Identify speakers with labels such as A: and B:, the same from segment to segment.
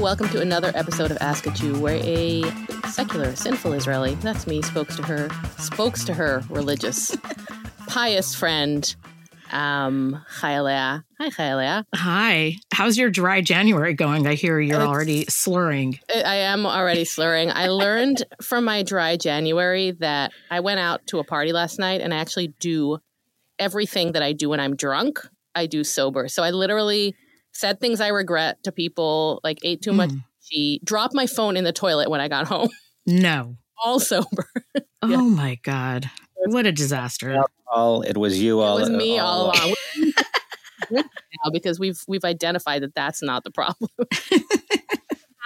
A: welcome to another episode of Ask a Jew, where a secular, sinful Israeli, that's me, spokes to her, spokes to her religious, pious friend, um, Chayalea. Hi, Chayalea.
B: Hi. How's your dry January going? I hear you're
A: It's-
B: already slurring.
A: I I am already slurring. I learned from my dry January that I went out to a party last night and I actually do everything that I do when I'm drunk, I do sober. So I literally said things I regret to people, like ate too much.
B: Mm.
A: She dropped my phone in the toilet when I got home,
B: No.
A: all sober. Yeah.
B: Oh my God. What a disaster.
C: all. It was you all.
A: it was me all
C: along.
A: along. now because we've we've identified that that's not the problem. We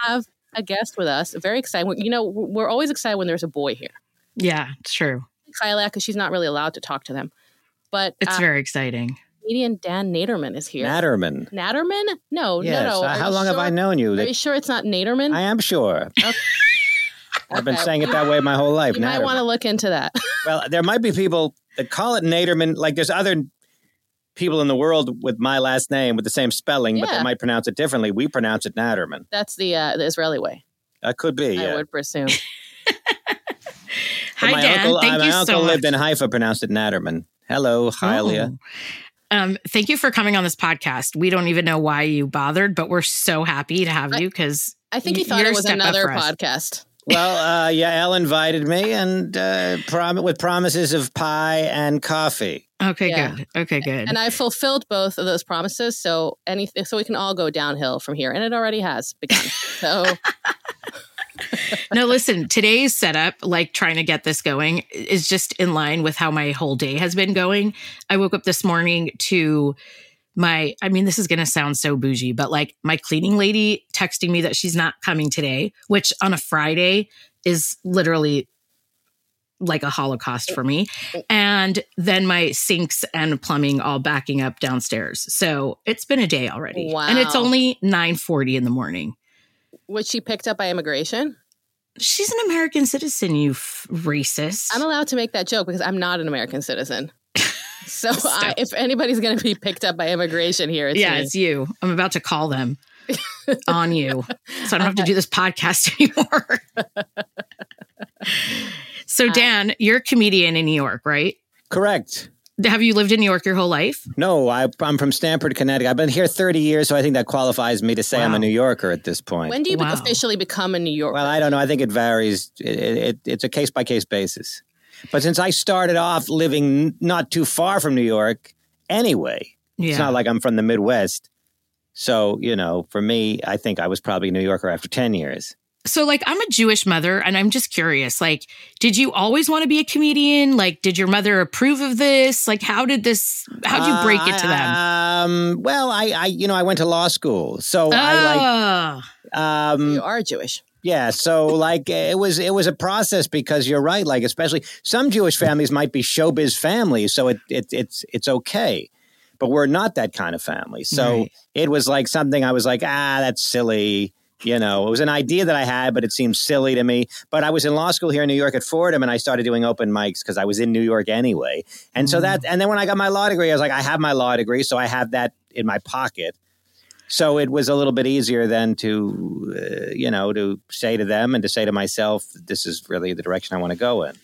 A: have a guest with us. Very excited. You know, we're always excited when there's a boy here.
B: Yeah, it's true.
A: Kyla because she's not really allowed to talk to them. But
B: It's
A: uh,
B: very exciting.
A: comedian Dan Naderman is here.
C: Natterman.
A: Natterman? No,
C: Yes.
A: no, no.
C: Uh,
A: Are
C: how
A: you
C: long have
A: sure-
C: I known you?
A: Are you sure it's not Naderman?
C: I am sure. I've been
A: Okay.
C: saying it that way my whole life.
A: You might
C: Natterman.
A: want to look into that.
C: Well, there might be people that call it Naderman. Like there's other people in the world with my last name with the same spelling, but
A: Yeah.
C: they might pronounce it differently. We pronounce it Natterman.
A: That's the uh, the Israeli way.
C: That could be.
A: I
C: yeah.
A: would presume.
C: But
B: Hi,
C: my
B: Dan.
C: uncle, uh,
B: Thank
C: my
B: you
C: uncle
B: so
C: lived
B: much.
C: in Haifa, pronounced it Natterman. Hello, Hylia.
B: Oh. Um, thank you for coming on this podcast. We don't even know why you bothered, but we're so happy to have
A: I-
B: you because
A: I think he
B: Y-
A: thought
B: you're
A: it
B: a
A: was
B: step up
A: another
B: for us.
A: podcast.
C: well, uh, yeah, Elle invited me, and uh, prom- with promises of pie and coffee.
B: okay,
A: Yeah.
B: good, okay, good.
A: And I fulfilled both of those promises, so anything so we can all go downhill from here. And it already has begun. So
B: no, listen, today's setup, like trying to get this going, is just in line with how my whole day has been going. I woke up this morning to my, I mean, this is going to sound so bougie, but like my cleaning lady texting me that she's not coming today, which on a Friday is literally like a holocaust for me. And then my sinks and plumbing all backing up downstairs. So it's been a day already. And it's
A: Wow.
B: only 940 in the morning.
A: was she picked up by immigration?
B: She's an American citizen, you f- racist.
A: I'm allowed to make that joke because I'm not an American citizen. So
B: Still.
A: I, if anybody's going to be picked up by immigration here, it's
B: yeah,
A: me.
B: it's you. I'm about to call them on you. So I don't have to do this podcast anymore. so,
A: Uh,
B: Dan, you're a comedian in New York, right?
C: Correct.
B: Have you lived in New York your whole life?
C: No, I, I'm from Stamford, Connecticut. I've been here 30 years, so I think that qualifies me to say I'm
B: Wow.
C: a New Yorker at this point.
A: When do you be-
B: Wow.
A: officially become a New Yorker?
C: well, I don't know. I think it varies. It, it, it, it's a case by case basis. But since I started off living n- not too far from New York anyway,
B: Yeah.
C: it's not like I'm from the Midwest. So, you know, for me, I think I was probably a New Yorker after 10 years.
B: so, like, I'm a Jewish mother, and I'm just curious. Like, did you always want to be a comedian? Like, did your mother approve of this? Like, how did this? How'd you break
C: Uh,
B: it to them?
C: I- Um, well, I, I, you know, I went to law school. So I
B: oh,
C: like, um,
A: you are Jewish.
C: Yeah, so like it was it was a process because you're right. Like especially some Jewish families might be showbiz families, so it, it it's it's okay, but we're not that kind of family. So
B: Right.
C: it was like something I was like, ah, that's silly. You know, it was an idea that I had, but it seemed silly to me. But I was in law school here in New York at Fordham, and I started doing open mics because I was in New York anyway. And so
B: Mm.
C: that, and then when I got my law degree, I was like, I have my law degree, so I have that in my pocket. So it was a little bit easier then to, uh, you know, to say to them and to say to myself, this is really the direction I want to go in.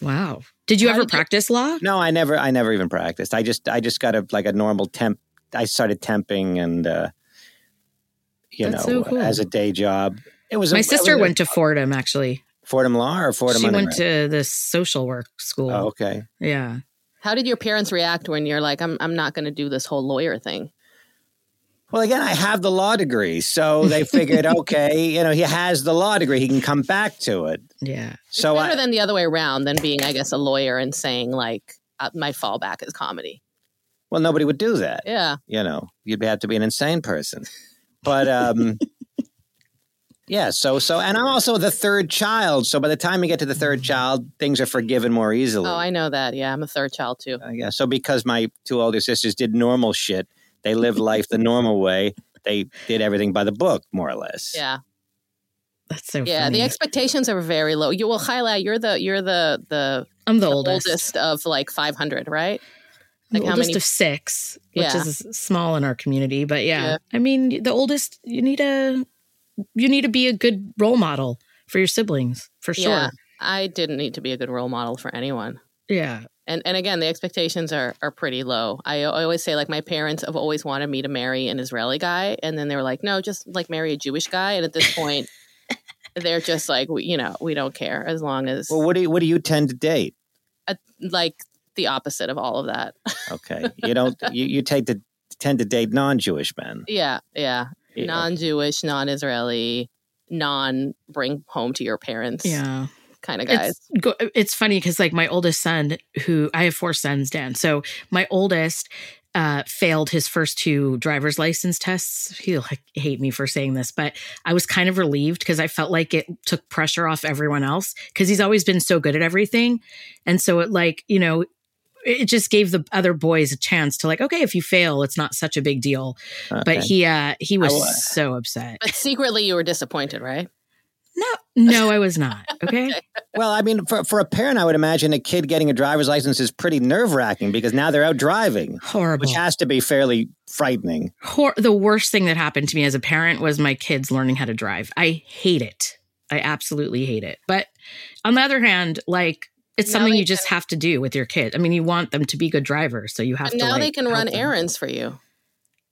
B: wow. Did you
A: How
B: ever
A: did you-
B: practice law?
C: No, I never, I never even practiced. I just, I just got a like a normal temp. I started temping and, uh, you
B: That's
C: know,
B: so cool.
C: as a day job. It was. a-
B: My
C: it was
B: sister
C: a-
B: went to Fordham, actually.
C: Fordham Law or Fordham.
B: she went
C: undergrad?
B: to this social work school.
C: Oh, okay.
B: Yeah.
A: How did your parents react when you're like, I'm, I'm not going to do this whole lawyer thing?
C: Well, again, I have the law degree, so they figured, okay, you know, he has the law degree, he can come back to it.
B: Yeah.
A: It's
C: So
A: better
C: I,
A: than the other way around than being, I guess, a lawyer and saying like, uh, my fallback is comedy.
C: well, nobody would do that.
A: Yeah.
C: you know, you'd have to be an insane person. But um yeah, so so and I'm also the third child, so by the time you get to the third child, things are forgiven more easily.
A: Oh, I know that. Yeah. I'm a third child too.
C: Uh, yeah, so because my two older sisters did normal shit, they lived life the normal way. They did everything by the book, more or less.
A: Yeah.
B: That's so
A: Yeah.
B: funny.
A: The expectations are very low. You will highlight you're the, you're the, the
B: I'm the
A: oldest,
B: oldest.
A: of like 500, right?
B: I'm
A: Like
B: the
A: how
B: oldest
A: many-
B: of six, which
A: Yeah.
B: is small in our community. But yeah,
A: Yeah.
B: I mean, the oldest, you need a you need to be a good role model for your siblings for sure.
A: Yeah, I didn't need to be a good role model for anyone.
B: Yeah.
A: And and again, the expectations are are pretty low. I, I always say like my parents have always wanted me to marry an Israeli guy, and then they were like, no, just like marry a Jewish guy. And at this point, they're just like, we, you know, we don't care as long as
C: Well, what do you, what do you tend to date?
A: uh, like the opposite of all of that.
C: Okay, you don't you, you take the tend to date non-Jewish men.
A: yeah, yeah.
C: Yeah.
A: non-Jewish, non-Israeli, non bring home to your parents
B: Yeah.
A: kind of guys.
B: It's, go, it's funny because like my oldest son, who I have four sons, Dan. So my oldest uh, failed his first two driver's license tests. He'll like, hate me for saying this, but I was kind of relieved because I felt like it took pressure off everyone else because he's always been so good at everything, and so it like you know. It just gave the other boys a chance to like, okay, if you fail, it's not such a big deal. But
C: Okay.
B: he uh he was
C: will-
B: so upset.
A: But secretly you were disappointed, right?
B: No, no, I was not. Okay.
C: well, I mean, for for a parent, I would imagine a kid getting a driver's license is pretty nerve wracking because now they're out driving,
B: Horrible.
C: which has to be fairly frightening.
B: hor- the worst thing that happened to me as a parent was my kids learning how to drive. I hate it. I absolutely hate it. But on the other hand, like it's
A: Now
B: something
A: they
B: you just have to do with your kid. I mean, you want them to be good drivers, so you have
A: But
B: to.
A: now
B: like,
A: they can
B: help
A: run
B: them.
A: errands for you.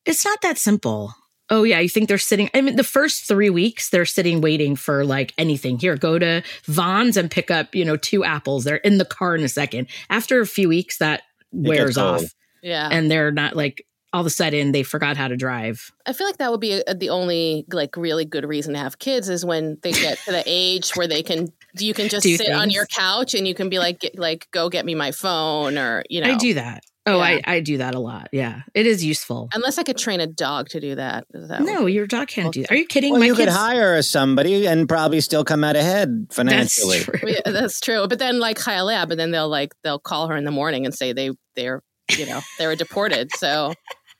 B: It's not that simple. Oh yeah, you think they're sitting? I mean, the first three weeks they're sitting waiting for like anything. Here, go to Vaughn's and pick up you know two apples. They're in the car in a second. After a few weeks, that
C: It gets
B: wears off,
C: old.
A: Yeah.
B: and they're not like all of a sudden they forgot how to drive.
A: I feel like that would be uh the only like really good reason to have kids is when they get to the age where they can you can just
B: Do
A: sit on
B: things.
A: your couch and you can be like get, like go get me my phone or you know.
B: I do that. Oh,
A: Yeah.
B: I, I do that a lot. Yeah. It is useful.
A: Unless I could train a dog to do that. that would-
B: No, your dog can't do that. Are you kidding?
C: Well,
B: My
C: you could
B: kids-
C: hire somebody and probably still come out ahead
B: That's
C: financially.
B: true.
A: Yeah, that's true. But then like Hialeah, but then they'll like they'll call her in the morning and say they they're you know they were deported. So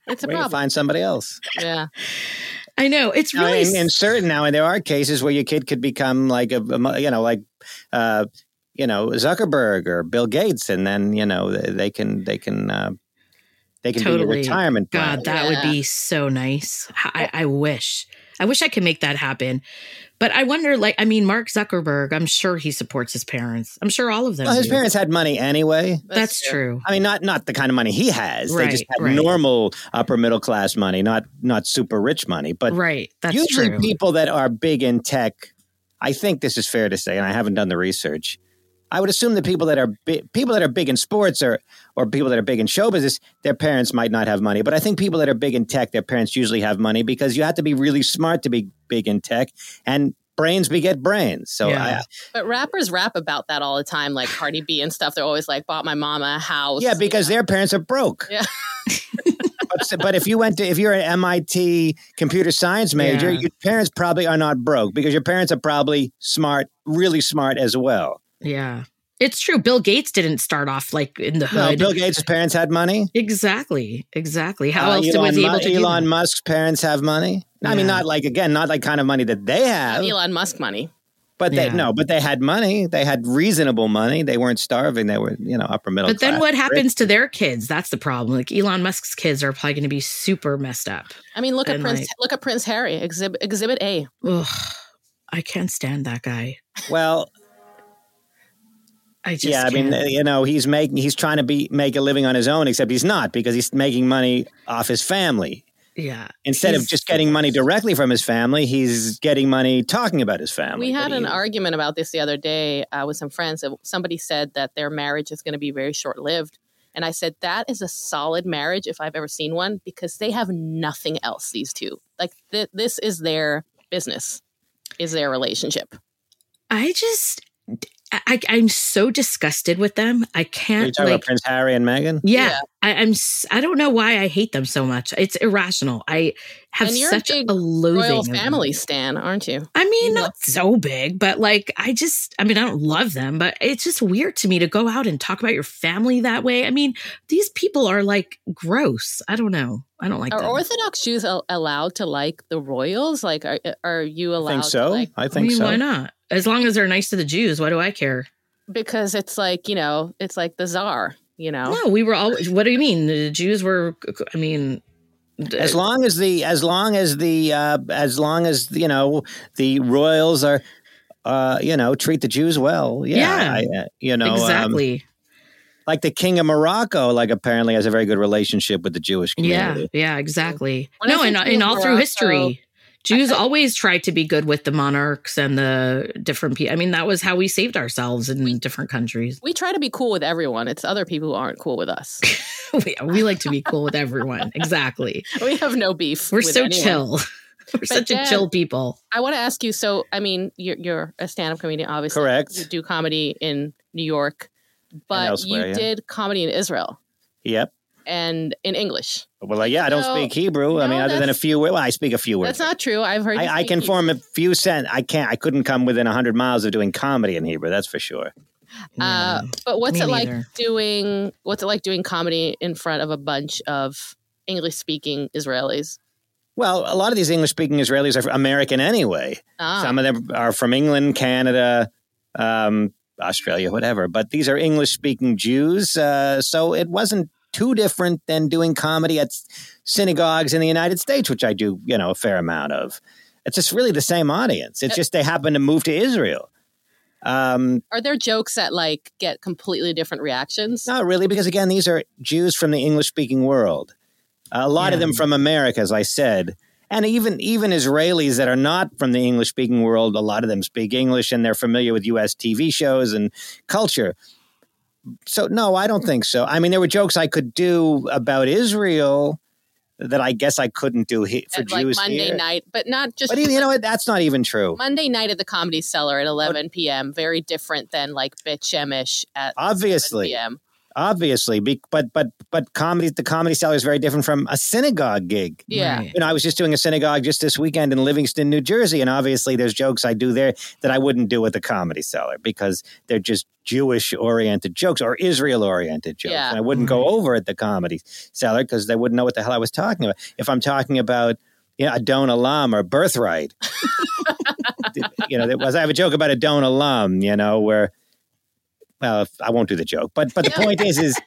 A: it's a
C: Where you
A: problem.
C: find somebody else.
A: Yeah,
B: I know. It's
C: Now,
B: really.
C: in, in certain now, and there are cases where your kid could become like a, a mo- you know, like, uh, you know, Zuckerberg or Bill Gates, and then you know they, they can they can uh, they can be
B: Totally.
C: a retirement plan.
B: God, that would be so nice. I, I wish. I wish I could make that happen. But I wonder, like, I mean, Mark Zuckerberg, I'm sure he supports his parents. I'm sure all of them.
C: Well, his
B: do.
C: parents had money anyway.
B: That's true.
C: I mean, not not the kind of money he has. they just
B: Right,
C: had
B: right.
C: normal upper middle class money, not not super rich money. But
B: Right. That's
C: usually
B: true.
C: people that are big in tech, I think this is fair to say, and I haven't done the research. I would assume that people that are bi- people that are big in sports or or people that are big in show business, their parents might not have money. But I think people that are big in tech, their parents usually have money because you have to be really smart to be big in tech, and brains beget brains. So
B: Yeah.
C: yeah,
A: But rappers rap about that all the time, like Cardi B and stuff. They're always like, "Bought my mama a house."
C: yeah because their parents are broke.
A: Yeah.
C: but, but if you went to if you're an MIT computer science major,
B: Yeah.
C: your parents probably are not broke because your parents are probably smart, really smart as well.
B: yeah. It's true. Bill Gates didn't start off like in the
C: No,
B: hood.
C: Bill Gates' parents had money.
B: exactly. Exactly. How
C: Uh,
B: else
C: Elon,
B: was he able
C: Mu-
B: to do
C: Elon
B: that?
C: Musk's parents have money. I mean,
B: Yeah.
C: not like again, not like kind of money that they have,
A: Elon Musk money.
C: but they
B: Yeah.
C: no, but they had money. They had reasonable money. They weren't starving. They were you know upper middle.
B: But then
C: class.
B: what happens to their kids? That's the problem. Like Elon Musk's kids are probably going to be super messed up.
A: I mean, look at
B: And,
A: Prince.
B: like-
A: look at Prince Harry. Exhibit Exhibit A.
B: Ugh, I can't stand that guy.
C: Well,
B: I just
C: yeah, I mean,
B: can't.
C: you know, he's making he's trying to be make a living on his own, except he's not because he's making money off his family.
B: yeah.
C: Instead of
B: He's-
C: just getting money directly from his family, he's getting money talking about his family.
A: We
C: What
A: had
C: do
A: an
C: you-
A: argument about this the other day uh, with some friends. and Somebody said that their marriage is going to be very short lived. And I said, that is a solid marriage if I've ever seen one because they have nothing else, these two. Like, th- this is their business, is their relationship.
B: I just, I, I'm so disgusted with them. I
C: Are you
B: can't
C: talking
B: like.
C: about Prince Harry and Meghan?
B: yeah,
A: Yeah.
B: I, I'm. s- I don't know why I hate them so much. It's irrational. I have
A: And you're a
B: such a,
A: big
B: loathing.
A: Royal
B: of them.
A: family, Stan, aren't you?
B: I mean,
A: You
B: not so big, but like, I just, I mean, I don't love them, but it's just weird to me to go out and talk about your family that way. I mean, these people are like gross. I don't know. I don't like
A: Are
B: them.
A: Orthodox Jews al- allowed to like the royals? Like, are, uh, are you
C: I
A: allowed
C: think
A: to
C: so.
A: like
C: I
B: I
C: think
B: mean,
C: so.
B: why not? As long as they're nice to the Jews, why do I care?
A: because it's like you know it's like the czar you know
B: No, we were always, what do you mean? The Jews were, I mean,
C: As long as the as long as the uh, as long as you know the royals are uh, you know treat the Jews well. Yeah, I, uh, you know um,
B: exactly.
C: like the king of Morocco, like apparently has a very good relationship with the Jewish
B: yeah,
C: community.
B: yeah, exactly.
A: When I
B: No,
A: think
B: and
A: of
B: in all through
A: Morocco-
B: history, Jews always tried to be good with the monarchs and the different people. I mean, that was how we saved ourselves in different countries.
A: We try to be cool with everyone. It's other people who aren't cool with us.
B: we, we like to be cool with everyone. Exactly.
A: We have no beef.
B: We're
A: with
B: so
A: anyone.
B: chill. We're such a
A: then-
B: chill people.
A: I want to ask you. So, I mean, you're, you're a stand-up comedian, obviously. You
C: Correct.
A: do comedy in New York, but you
C: elsewhere, yeah.
A: did comedy in Israel
C: Yep.
A: and in English.
C: Well, like, yeah, I don't
A: No,
C: speak Hebrew. I
A: no,
C: mean, other than a
A: that's-
C: few. Well, I speak a few words.
A: That's not true. I've heard. you
C: I, I
A: speak
C: can
A: Hebrew.
C: form a few cent. I can't. I couldn't come within hundred miles of doing comedy in Hebrew. That's for sure.
A: Uh,
B: Yeah.
A: but what's
B: me
A: it like
B: neither.
A: doing? What's it like doing comedy in front of a bunch of English-speaking Israelis?
C: Well, a lot of these English-speaking Israelis are American anyway.
A: Ah,
C: Some of them are from England, Canada, um, Australia, whatever. But these are English-speaking Jews, uh, so it wasn't too different than doing comedy at s- synagogues in the United States, which I do, you know, a fair amount of. It's just really the same audience. It's
A: Uh,
C: just they happen to move to Israel. Um,
A: are there jokes that like get completely different reactions?
C: Not really, because again, these are Jews from the English speaking world. A lot of
B: Yeah.
C: them from America, as I said. And even even Israelis that are not from the English speaking world, a lot of them speak English and they're familiar with US TV shows and culture. So no, I don't think so. I mean, there were jokes I could do about Israel that I guess I couldn't do he- for
A: At, like
C: Jews
A: Monday
C: here.
A: night, but not just
C: But even, you know what? That's not even true.
A: Monday night at the Comedy Cellar at 11 p.m. Very different than like bitch emish at 11
C: Obviously,
A: p.m.
C: obviously, be, but but but comedy the comedy cellar is very different from a synagogue gig.
A: Yeah.
B: Right.
C: you know, I was just doing a synagogue just this weekend in Livingston, New Jersey, and obviously there's jokes I do there that I wouldn't do at the comedy cellar because they're just Jewish oriented jokes or Israel oriented jokes.
A: Yeah.
C: And I wouldn't go over at the comedy cellar because they wouldn't know what the hell I was talking about. If I'm talking about you know, a Don alum or birthright, you know, there was I have a joke about a Don alum, you know, where well, if- I won't do the joke, but but the point is, is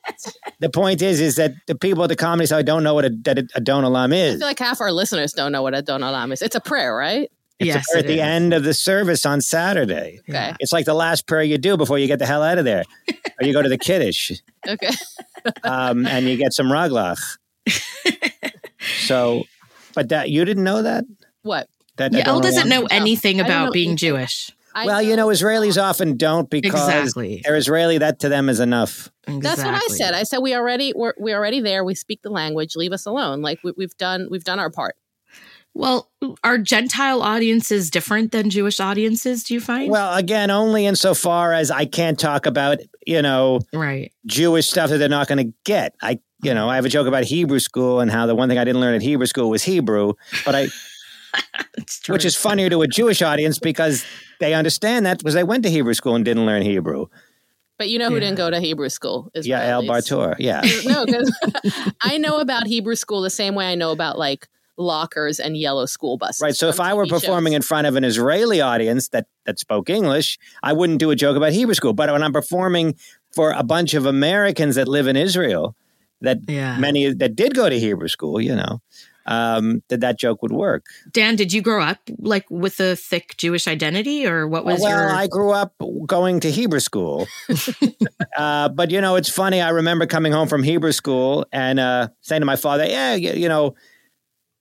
C: the point is, is that the people at the comedy cellar don't know what a, that a Don alum
A: I
C: is.
A: feel like half our listeners don't know what a don olam is. It's a prayer, right?
C: It's
B: Yes,
C: a prayer
B: it
C: at the
B: is.
C: end of the service on Saturday.
A: Okay.
C: It's like the last prayer you do before you get the hell out of there, or you go to the kiddush
A: Okay.
C: um, and you get some raglach. So, but that you didn't know that.
A: What?
C: That
B: Yeah,
C: that
B: Elle
C: Donald
B: doesn't know
C: Trump-
B: anything
A: I don't
B: about
A: know
B: being
A: either.
B: Jewish.
A: I
C: Well, you know, Israelis often don't because
B: Exactly.
C: they're Israeli. That to them is enough.
A: That's what I
B: Exactly.
A: said. I said we already we're, we're already there. We speak the language. Leave us alone. Like we, we've done we've done our part.
B: Well, are Gentile audiences different than Jewish audiences? Do you find?
C: Well, again, only insofar as I can't talk about you know
B: right.
C: Jewish stuff that they're not going to get. I, you know, I have a joke about Hebrew school and how the one thing I didn't learn at Hebrew school was Hebrew, but I,
B: It's true.
C: which is funnier to a Jewish audience because they understand that because they went to Hebrew school and didn't learn Hebrew.
A: But you know who
B: Yeah.
A: didn't go to Hebrew school? Israelis.
C: Yeah, El Bartor. Yeah.
A: no, because I know about Hebrew school the same way I know about like lockers and yellow school buses.
C: Right. So if
A: from
C: I were
A: TV shows.
C: performing in front of an Israeli audience that that spoke English, I wouldn't do a joke about Hebrew school. But when I'm performing for a bunch of Americans that live in Israel, that
B: Yeah.
C: many that did go to Hebrew school, you know, um, that that joke would work.
B: Dan, did you grow up like with a thick Jewish identity, or what was
C: Uh, well,
B: your?
C: I grew up going to Hebrew school. uh, but, you know, it's funny. I remember coming home from Hebrew school and uh, saying to my father, yeah, you, you know,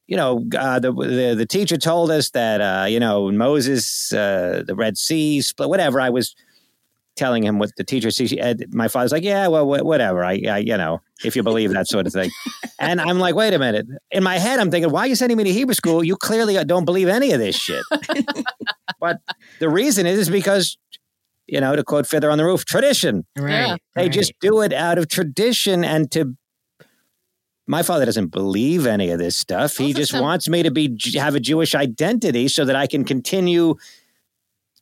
C: you know, uh, the, the the teacher told us that, uh, you know, Moses, uh, the Red Sea, split, whatever. I was telling him what the teacher sees. And my father's like, yeah, well, wh- whatever. I, I, you know, if you believe that sort of thing. And I'm like, wait a minute. In my head, I'm thinking, why are you sending me to Hebrew school? You clearly uh, don't believe any of this shit. but the reason is, is because, you know, to quote Feather on the Roof, tradition.
B: right,
A: Yeah.
C: They
B: right.
C: just do it out of tradition and to. My father doesn't believe any of this stuff. He
A: Also
C: just
A: some-
C: wants me to be have a Jewish identity so that I can continue.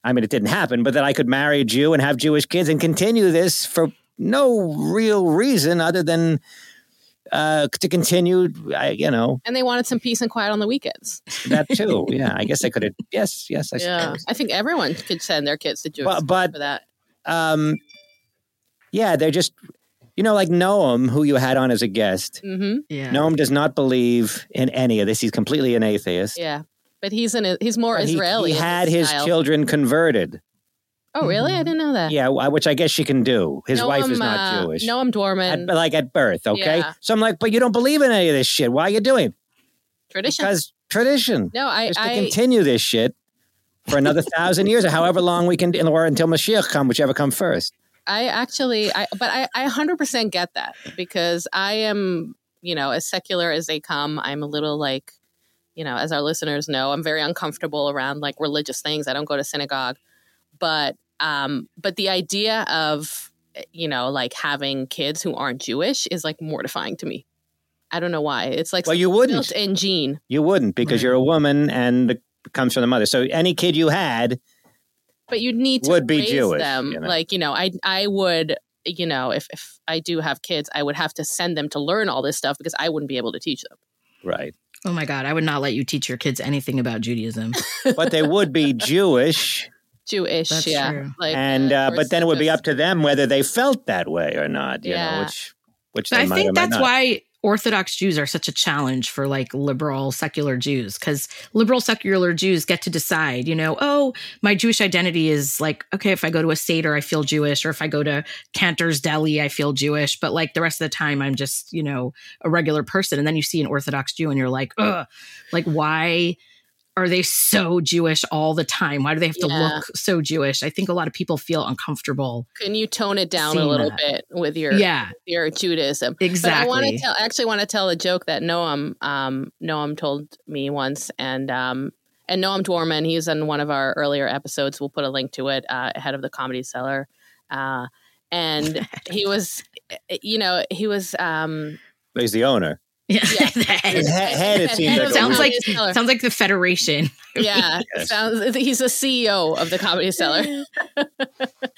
C: I mean, it didn't happen, but that I could marry a Jew and have Jewish kids and continue this for no real reason other than uh, to continue. I, you know
A: and they wanted some peace and quiet on the weekends.
C: that too. yeah, I guess I could have. Yes, yes, I
A: yeah,
C: suppose.
A: I think everyone could send their kids to Jewish
C: But,
A: school
C: but
A: for that.
C: um, yeah, they're just You know, like Noam, who you had on as a guest.
A: Mm-hmm.
B: Yeah.
C: Noam does not believe in any of this. He's completely an atheist.
A: Yeah. But he's an he's more
C: But he-
A: Israeli.
C: He,
A: in
C: had his
A: style.
C: children converted.
A: Oh, really? I didn't know that.
C: Yeah, wh- which I guess she can do. His
A: Noam,
C: wife is not
A: uh,
C: Jewish.
A: Noam
C: At,
A: Dorman.
C: like at birth, okay?
A: Yeah.
C: So I'm like, but you don't believe in any of this shit. Why are you doing? it?"
A: Tradition.
C: Because tradition.
A: No, I,
C: Just to
A: I
C: continue this shit for another thousand years or however long we can, or until Mashiach come, whichever come first.
A: I actually, I, but I, I 100% get that because I am, you know, as secular as they come. I'm a little like, you know, as our listeners know, I'm very uncomfortable around like religious things. I don't go to synagogue, but, um, but the idea of, you know, like having kids who aren't Jewish is like mortifying to me. I don't know why. It's like
C: Well, you
A: built
C: wouldn't.
A: in gene.
C: You wouldn't because
B: Right.
C: you're a woman and it comes from the mother. So any kid you had,
A: but you need to
C: Would be
A: raise
C: Jewish,
A: them.
C: you know.
A: Like you know, I I would you know if if I do have kids, I would have to send them to learn all this stuff because I wouldn't be able to teach them.
C: right?
B: Oh my God, I would not let you teach your kids anything about Judaism.
C: But they would be Jewish,
A: Jewish,
B: That's
A: yeah.
B: true.
A: Like,
C: and uh, but then it would be up
A: religious-
C: to them whether they felt that way or not. You know,
A: Yeah.
C: which which
B: But
C: they
B: I
C: might or
B: think
C: might
B: that's
C: not.
B: why Orthodox Jews are such a challenge for like liberal secular Jews because liberal secular Jews get to decide, you know, oh, my Jewish identity is like, okay, if I go to a Seder, I feel Jewish, or if I go to Cantor's Deli, I feel Jewish. But like the rest of the time, I'm just, you know, a regular person. And then you see an Orthodox Jew and you're like, ugh, like, why? Are they so Jewish all the time? Why do they have to
A: Yeah.
B: look so Jewish? I think a lot of people feel uncomfortable.
A: Can you tone it down a
B: Seeing
A: little
B: that.
A: bit with your
B: Yeah,
A: your Judaism?
B: exactly.
A: But I want to tell. I actually want to tell a joke that Noam um, Noam told me once, and um, and Noam Dwarman, he's in one of our earlier episodes. We'll put a link to it uh, ahead of the comedy cellar. Uh, and he was, eh, you know, he was. Um,
C: He's the owner.
B: yeah.
A: Yeah.
B: That is-
C: His he- head, it seems
A: head
C: like
A: of
C: a
A: the
B: Sounds like-
A: Comedy Cellar.
B: Sounds like the Federation.
A: yeah,
C: Yes.
A: sounds. He's the CEO of the comedy cellar.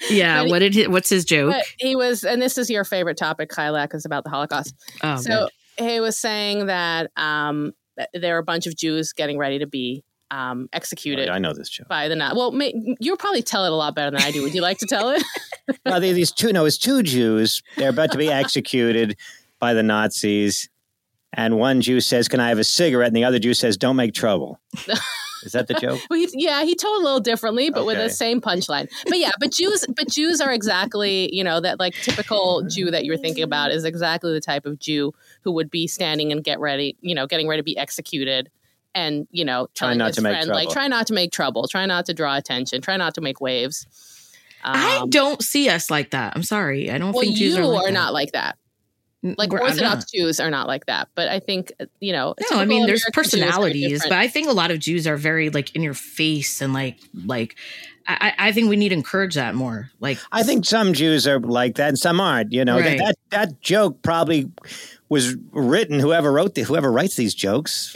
B: Yeah.
A: But-
B: what did he, what's his joke?
A: But he was, and this is your favorite topic, Kylak, is about the Holocaust.
B: oh,
A: so he was saying that um, th- there were a bunch of Jews getting ready to be um, executed
C: I know this joke.
A: by the Nazis. Well, ma- you'll probably tell it a lot better than I do. Would you like to tell it?
C: Well, they- these two, no, it's two Jews. They're about to be executed by the Nazis. And one Jew says, Can I have a cigarette? And the other Jew says, Don't make trouble. Is that the joke?
A: Well, he- yeah, he told a little differently, but with the
C: Okay.
A: same punchline. But yeah, but Jews, but Jews are exactly you know that like typical Jew that you're thinking about is exactly the type of Jew who would be standing and get ready, you know, getting ready to be executed. And you know, telling
C: not
A: his
C: to make
A: friend, like,
C: trouble.
A: try not to make trouble, try not to draw attention, try not to make waves.
B: I
A: Um,
B: don't see us like that. I'm sorry. I don't
A: well,
B: think Jews
A: you
B: are,
A: are,
B: like that.
A: not like that.
B: N-
A: Like
B: we're- I'm
A: Orthodox Jews are not like that. But I think uh, you know.
B: not. No, I
A: typical
B: mean, there's
A: American Jews are
B: personalities,
A: different.
B: but I think a lot of Jews are very like in your face and like like. I, I I think we need to encourage that more. Like,
C: I think some Jews are like that and some aren't. You know,
B: Right.
C: that, that that joke probably was written, whoever wrote the, whoever writes these jokes,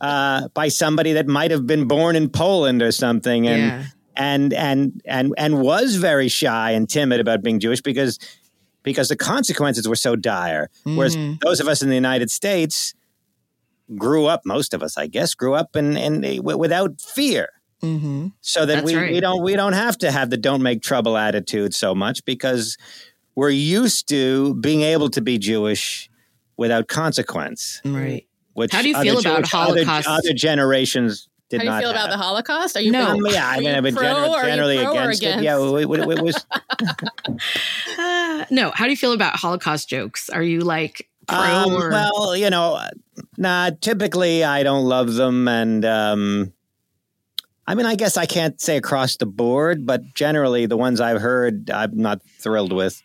C: uh, by somebody that might have been born in Poland or something. And
B: yeah,
C: and and and and was very shy and timid about being Jewish because because the consequences were so dire. Whereas
B: Mhm.
C: those of us in the United States grew up, most of us, I guess, grew up in, in w- without fear,
B: hmm
C: so that
B: That's
C: we,
B: right.
C: we don't we don't have to have the "don't make trouble" attitude so much because we're used to being able to be Jewish without consequence.
B: right.
C: Which
B: How do you
C: other
B: feel about
C: Jewish- other-
B: Holocaust?
C: Other, generations did
A: How do you
C: not
A: feel
C: have.
A: about the Holocaust? Are you
B: No.
A: pro-
C: Um, yeah, I
A: Are
C: mean,
A: you
C: I've been
A: pro
C: gener-
A: or are you
C: generally
A: pro or
C: against, it.
A: against?
C: Yeah, it, it, it was.
B: Ah, no, how do you feel about Holocaust jokes? Are you like pro
C: um,
B: or
C: well, you know, nah. Typically, I don't love them, and um, I mean, I guess I can't say across the board, but generally, the ones I've heard, I'm not thrilled with.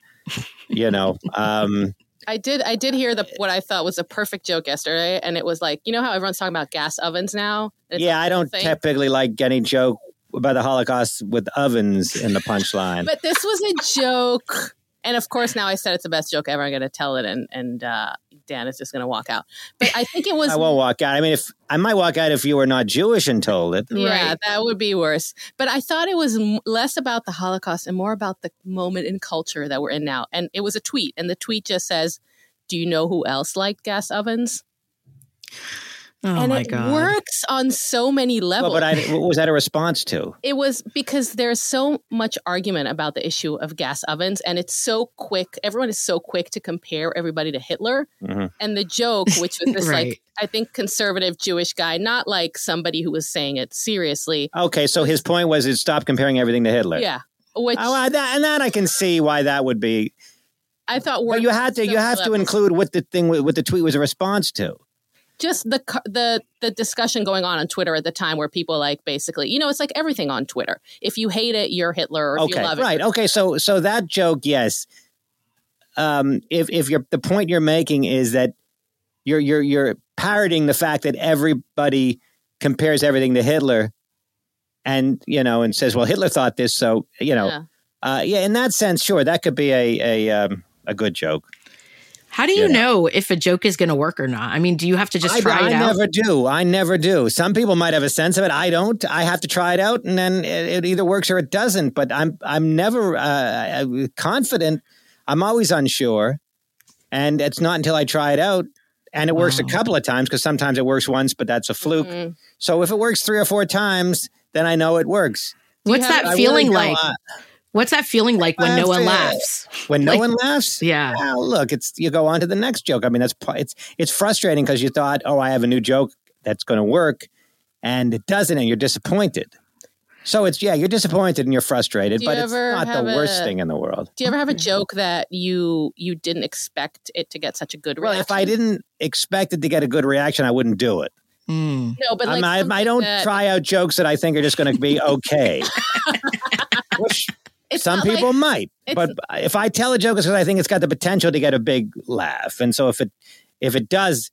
C: You know, um,
A: I did. I did hear the what I thought was a perfect joke yesterday, and it was like, you know how everyone's talking about gas ovens now. It's
C: yeah, I don't
A: thing.
C: typically like any joke about the Holocaust with ovens in the punchline.
A: But this was a joke, and of course, now I said it's the best joke ever. I'm going to tell it, and and uh, Dan is just going to walk out. But I think it was.
C: I won't walk out. I mean, if I might walk out if you were not Jewish and told it.
A: yeah,
B: Right.
A: that would be worse. But I thought it was m- less about the Holocaust and more about the moment in culture that we're in now. And it was a tweet, and the tweet just says, "Do you know who else liked gas ovens?"
B: Oh
A: and
B: my
A: it
B: god.
A: works on so many
C: Well,
A: levels.
C: but I, what was that a response to?
A: it was because there's so much argument about the issue of gas ovens, and it's so quick. Everyone is so quick to compare everybody to Hitler.
C: Mhm.
A: And the joke, which was this
B: Right.
A: like, I think conservative Jewish guy, not like somebody who was saying it seriously.
C: Okay, so his point was it stop comparing everything to Hitler.
A: Yeah. Which
C: Oh, I, that, and that I can see why that would be.
A: I thought
C: But
A: worked
C: you had
A: on
C: to
A: so
C: you
A: many
C: have to
A: levels.
C: include what the thing wa- what the tweet was a response to.
A: just the cu- the the discussion going on on Twitter at the time where people like basically, you know, it's like everything on Twitter. If you hate it, you're Hitler. Or if
C: okay,
A: you love it,
C: right. Okay, so so that joke, yes. Um, if if you're the point you're making is that you're you're you're parroting the fact that everybody compares everything to Hitler, and you know, and says, well, Hitler thought this, so you know,
A: Yeah.
C: uh, yeah. In that sense, sure, that could be a a um, a good joke.
B: How do you
C: Yeah.
B: know if a joke is going to work or not? I mean, do you have to just
C: I,
B: try
C: I
B: it out?
C: never do. I never do. Some people might have a sense of it. I don't. I have to try it out, and then it, it either works or it doesn't. But I'm I'm never uh, confident. I'm always unsure, and it's not until I try it out. And it works a
B: Wow. Mm-hmm.
C: couple of times because sometimes it works once, but that's a fluke.
A: Mm.
C: So if it works three or four times, then I know it works.
B: What's
A: have-
B: that
A: I
C: really
B: feeling
C: don't,
B: like?
C: uh,
B: What's that feeling like when no
C: Laugh
B: one
C: it.
B: laughs?
C: when no
B: Like-
C: one laughs,
B: Yeah.
C: Well, look, it's you go on to the next joke. I mean, that's pa- it's it's frustrating because you thought, oh, I have a new joke that's going to work, and it doesn't, and you're disappointed. So it's yeah, you're disappointed and you're frustrated,
A: Do you
C: but it's
A: ever
C: not the
A: have
C: worst
A: a-
C: thing in the world.
A: Do you ever have a
B: Okay.
A: joke that you you didn't expect it to get such a good
C: Well,
A: reaction?
C: if I didn't expect it to get a good reaction, I wouldn't do it. Hmm.
B: Mm.
A: no, but like
C: I'm- I, I
A: something
C: don't
A: that-
C: try out jokes that I think are just going to be okay. Which
A: it's
C: some
A: not like-
C: people might,
A: it's-
C: but if I tell a joke, it's because I think it's got the potential to get a big laugh, and so if it if it does,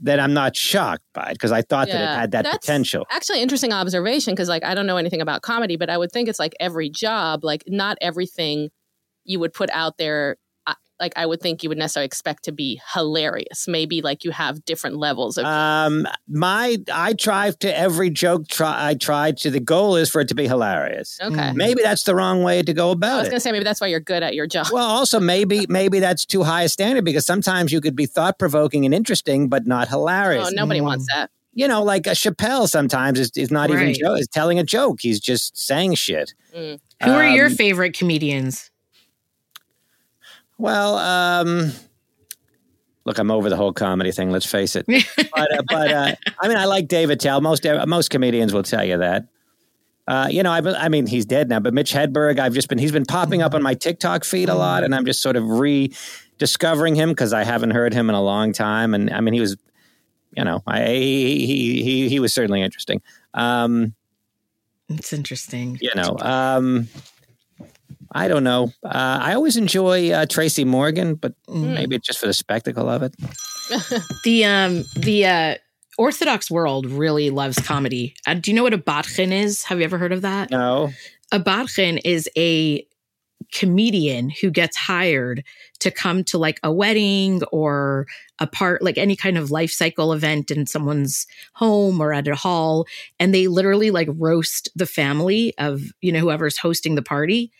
C: then I'm not shocked by it because I thought that
A: Yeah,
C: it had that
A: that's-
C: potential.
A: actually interesting observation because like I don't know anything about comedy, but I would think it's like every job, like not everything you would put out there. I- Like I would think you would necessarily expect to be hilarious. Maybe like you have different levels
B: Uh,
A: of.
C: Um, my I try to every joke. Try I try to. The goal is for it to be hilarious.
A: okay,
B: mm,
C: Maybe that's the wrong way to go
A: I
C: about
A: was
C: it.
A: gonna say maybe that's why you're good at your job.
C: Well, also maybe maybe that's too high a standard because sometimes you could be thought provoking and interesting, but not hilarious.
A: oh, nobody
B: Mm.
A: wants that.
C: You know, like a Chappelle sometimes is, is not even
B: Right.
C: jo- is telling a joke; he's just saying shit.
A: Mm.
B: Who are your
C: Um,
B: favorite comedians?
C: Well, um, look, I'm over the whole comedy thing. Let's face it. but uh, but uh, I mean, I like Dave Attell. Most uh, most comedians will tell you that. Uh, you know, I've, I mean, he's dead now, but Mitch Hedberg, I've just been, he's been popping up on my TikTok feed a
B: Mm.
C: lot, and I'm just sort of rediscovering him because I haven't heard him in a long time. And I mean, he was, you know, I, he, he, he, he was certainly interesting. Um,
B: It's interesting.
C: you know um i don't know uh, i always enjoy uh, tracy morgan but
B: Mm.
C: maybe it's just for the spectacle of it
B: The um the uh Orthodox world really loves comedy. Uh, do you know what a batchen is? Have you ever heard of that?
C: no
B: A batchen is a comedian who gets hired to come to like a wedding or a part like any kind of life cycle event in someone's home or at a hall and they literally like roast the family of you know whoever's hosting the party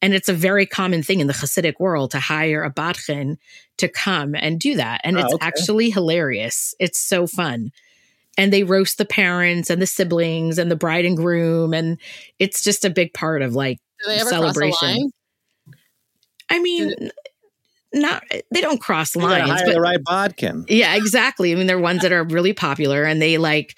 B: and it's a very common thing in the Hasidic world to hire a batchen to come and do that and
C: Oh,
B: it's
C: okay.
B: actually hilarious it's so fun and they roast the parents and the siblings and the bride and groom and it's just a big part of like
A: Do they ever cross a
B: Celebration.
A: line?
B: I mean, not they don't cross
C: you gotta
B: lines,
C: hire
B: but
C: the right bodkin
B: yeah, exactly. I mean, they're ones that are really popular, and they like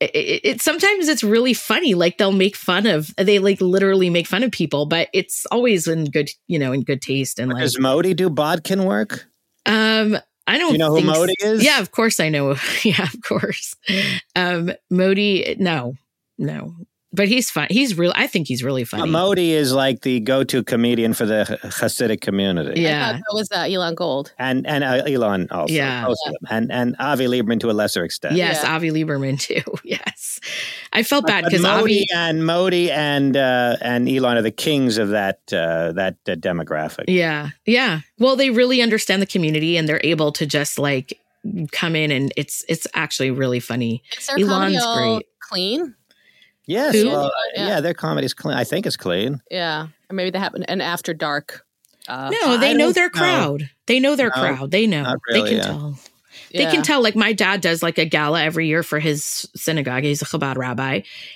B: it, it, it. Sometimes it's really funny. Like they'll make fun of they like literally make fun of people, but it's always in good you know in good taste and like
C: does Modi do bodkin work?
B: um. I don't
C: Do you know who
B: think so.
C: Modi is?
B: Yeah, of course I know. yeah, of course. Um, Modi, no, no, but he's fun. He's real. I think he's really
C: Uh,
B: funny.
C: Modi is like the go-to comedian for the Hasidic community,
A: I
B: yeah,
A: thought that was uh, Elon Gold.
C: and and uh, Elon also,
B: Yeah.
C: most of them. and and Avi Lieberman to a lesser extent.
B: Yes,
A: Yeah.
B: Avi Lieberman too. Yes, I felt bad
C: But
B: because
C: Modi
B: Avi.
C: and Modi and uh, and Elon are the kings of that uh, that uh, demographic.
B: Yeah, yeah. Well, they really understand the community, and they're able to just like come in, and it's it's actually really funny.
A: Is their
B: Elon's
A: comedy all
B: great.
A: clean?
C: Yes,
B: Who?
C: well,
A: Yeah.
C: yeah. their comedy's clean. I think it's clean.
A: Yeah, or maybe they happen an after dark. Uh,
B: No, they
C: I
B: know
C: don't
B: their
C: know.
B: crowd. They know their
C: No,
B: crowd. They know.
C: not
B: they
C: really,
B: can
C: yeah.
B: tell. they
A: Yeah.
B: can tell like my dad does like a gala every year for his synagogue he's a chabad rabbi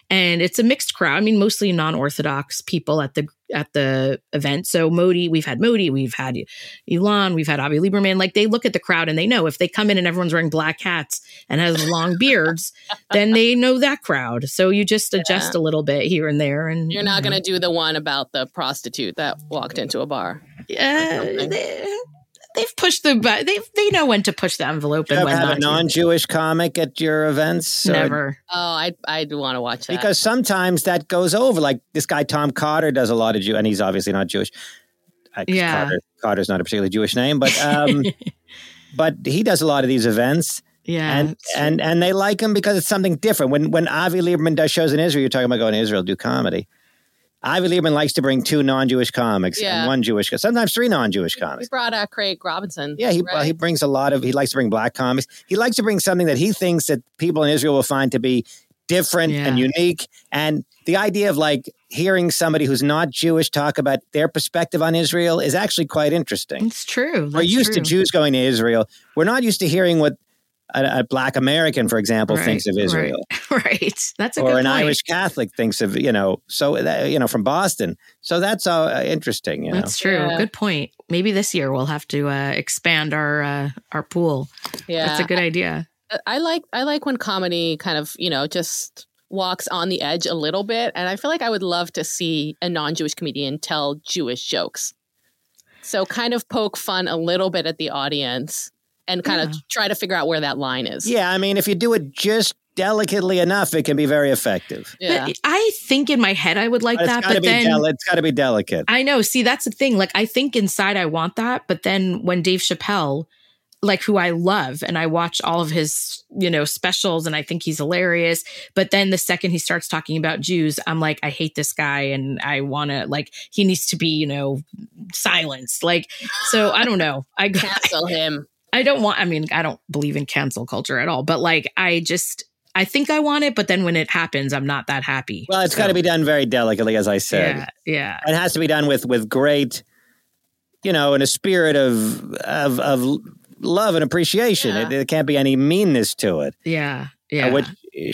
B: and it's a mixed crowd i mean mostly non-orthodox people at the at the event so modi we've had modi we've had elon we've had avi lieberman like they look at the crowd and they know if they come in and everyone's wearing black hats and has long beards then they know that crowd so you just adjust a little bit here and there and
A: You're not going to do the one about the prostitute that walked into a bar.
B: yeah
A: something.
B: they, they've pushed the but they they know when to push the envelope
C: You
B: and
C: ever
B: when
C: have
B: not
C: a
B: to.
C: non-Jewish comic at your events? or-
B: never
A: Oh, I I do want to watch that.
C: Because sometimes that goes over. Like this guy Tom Cotter does a lot of Jew, and he's obviously not Jewish. Uh, 'cause
B: Yeah.
C: Cotter, Cotter's not a particularly Jewish name, but um, but he does a lot of these events,
B: yeah
C: and
B: it's-
C: and and they like him because it's something different. When when Avi Lieberman does shows in Israel, you're talking about going to Israel to do comedy. Avi Lieberman likes to bring two non-Jewish comics
A: Yeah.
C: and one Jewish, co- sometimes three non-Jewish comics.
A: we brought uh, Craig Robinson.
C: Yeah, he well,
A: right?
C: he brings a lot of. He likes to bring black comics. He likes to bring something that he thinks that people in Israel will find to be different and
B: Yeah.
C: unique. And the idea of like hearing somebody who's not Jewish talk about their perspective on Israel is actually quite interesting.
B: It's true.
C: We're
B: Mm, That's
C: used to
B: true.
C: Jews going to Israel. We're not used to hearing what a, a black American, for example,
B: Right,
C: thinks of
B: right.
C: Israel
B: right. That's a
C: or
B: good
C: an
B: point.
C: Irish Catholic thinks of you know. So that, you know from Boston. So that's uh, interesting. You know.
B: That's true.
A: Yeah.
B: Good point. Maybe this year we'll have to uh, expand our uh, our pool.
A: yeah.
B: That's a good idea.
A: I like I like when comedy kind of you know just walks on the edge a little bit, and I feel like I would love to see a non-Jewish comedian tell Jewish jokes. So kind of poke fun a little bit at the audience and kind
B: Yeah.
A: of try to figure out where that line is.
C: Yeah, I mean, if you do it just delicately enough, it can be very effective.
A: yeah.
B: But I think in my head I would like
C: But
B: that,
C: it's got to
B: but
C: be
B: then
C: deli- it's got to be delicate.
B: I know. See, that's the thing. Like I think inside I want that, but then when Dave Chappelle, like who I love, and I watch all of his you know specials, and I think he's hilarious. But then the second he starts talking about Jews, I'm like, I hate this guy, and I want to like he needs to be you know silenced. Like so, I don't know. I
A: Cancel him.
B: I don't want, I mean, I don't believe in cancel culture at all, but like, I just, I think I want it, but then when it happens, I'm not that happy.
C: Well, it's got to be done very delicately, as I said.
B: Yeah. Yeah.
C: It has to be done with with great, you know, in a spirit of of of love and appreciation.
A: Yeah.
C: It, there can't be any meanness to it.
B: Yeah.
C: Uh,
B: Yeah.
C: Which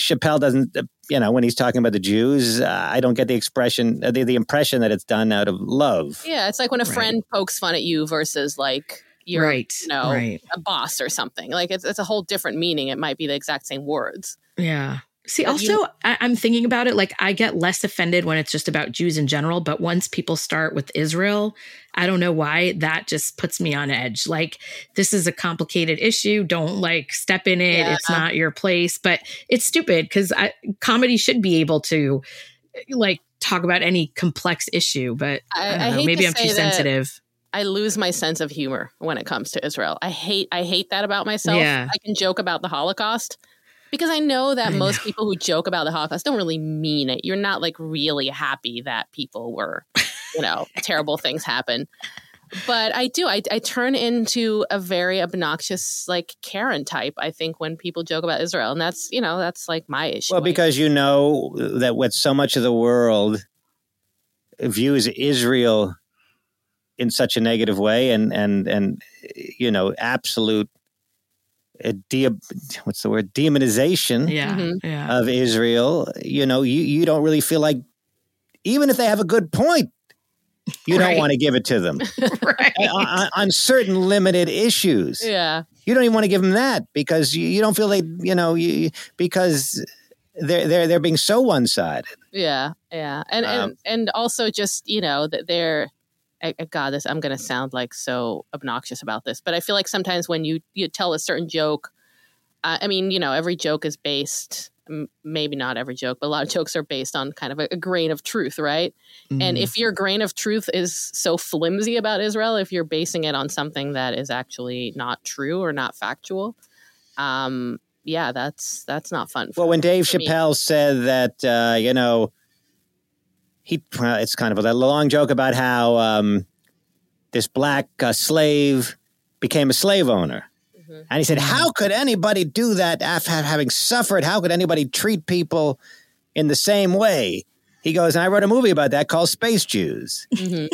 C: Chappelle doesn't. uh, You know, when he's talking about the Jews, uh, I don't get the expression, uh, the, the impression that it's done out of love.
A: Yeah, it's like when a
B: Right.
A: friend pokes fun at you versus like you're
B: right.
A: no.
B: Right.
A: a boss or something. Like it's it's a whole different meaning. It might be the exact same words.
B: Yeah. See,
A: But
B: also,
A: you-
B: I, I'm thinking about it. Like, I get less offended when it's just about Jews in general, but once people start with Israel, I don't know why that just puts me on edge. Like, this is a complicated issue. Don't like step in it.
A: Yeah.
B: It's not your place. But it's stupid because comedy should be able to like talk about any complex issue. But I,
A: I,
B: don't
A: I,
B: know.
A: hate
B: Maybe
A: to
B: I'm
A: say
B: too
A: that
B: sensitive.
A: I lose my sense of humor when it comes to Israel. I hate I hate that about myself.
B: Yeah.
A: I can joke about the Holocaust because I know that
B: I
A: most people who joke about the Holocaust don't really mean it. You're not like really happy that people were, you know, terrible things happen. But I do. I, I turn into a very obnoxious, like Karen type. I think when people joke about Israel, and that's you know that's like my issue.
C: Well, because you know that what so much of the world views Israel in such a negative way, and and and you know, absolute uh, de- what's the word demonization
B: Yeah.
A: Mhm.
B: Yeah.
C: of Israel. You know, you you don't really feel like even if they have a good point, you
B: Right.
C: don't want to give it to them
B: right.
C: on, on- on certain limited issues
A: yeah,
C: you don't even want to give them that because you, you don't feel they you know you, because they're they're they're being so one sided.
A: Yeah, yeah, and
C: Um,
A: and and also just you know that they're. I, I- God, this I'm going to sound like so obnoxious about this, but I feel like sometimes when you you tell a certain joke, uh, I mean, you know, every joke is based. m- Maybe not every joke, but a lot of jokes are based on kind of a, a grain of truth, right? And
C: Mm-hmm.
B: Mm.
A: if your grain of truth is so flimsy about Israel, if you're basing it on something that is actually not true or not factual, um, yeah, that's that's not fun. for-
C: Mm. Well, when Dave
A: for me.
C: Chappelle said that, uh, you know, he well, it's kind of a long joke about how um, this black uh, slave became a slave owner.
A: Mhm.
C: And he said, How could anybody do that after having suffered? How could anybody treat people in the same way? He goes, and I wrote a movie about that called Space Jews.
A: Mhm.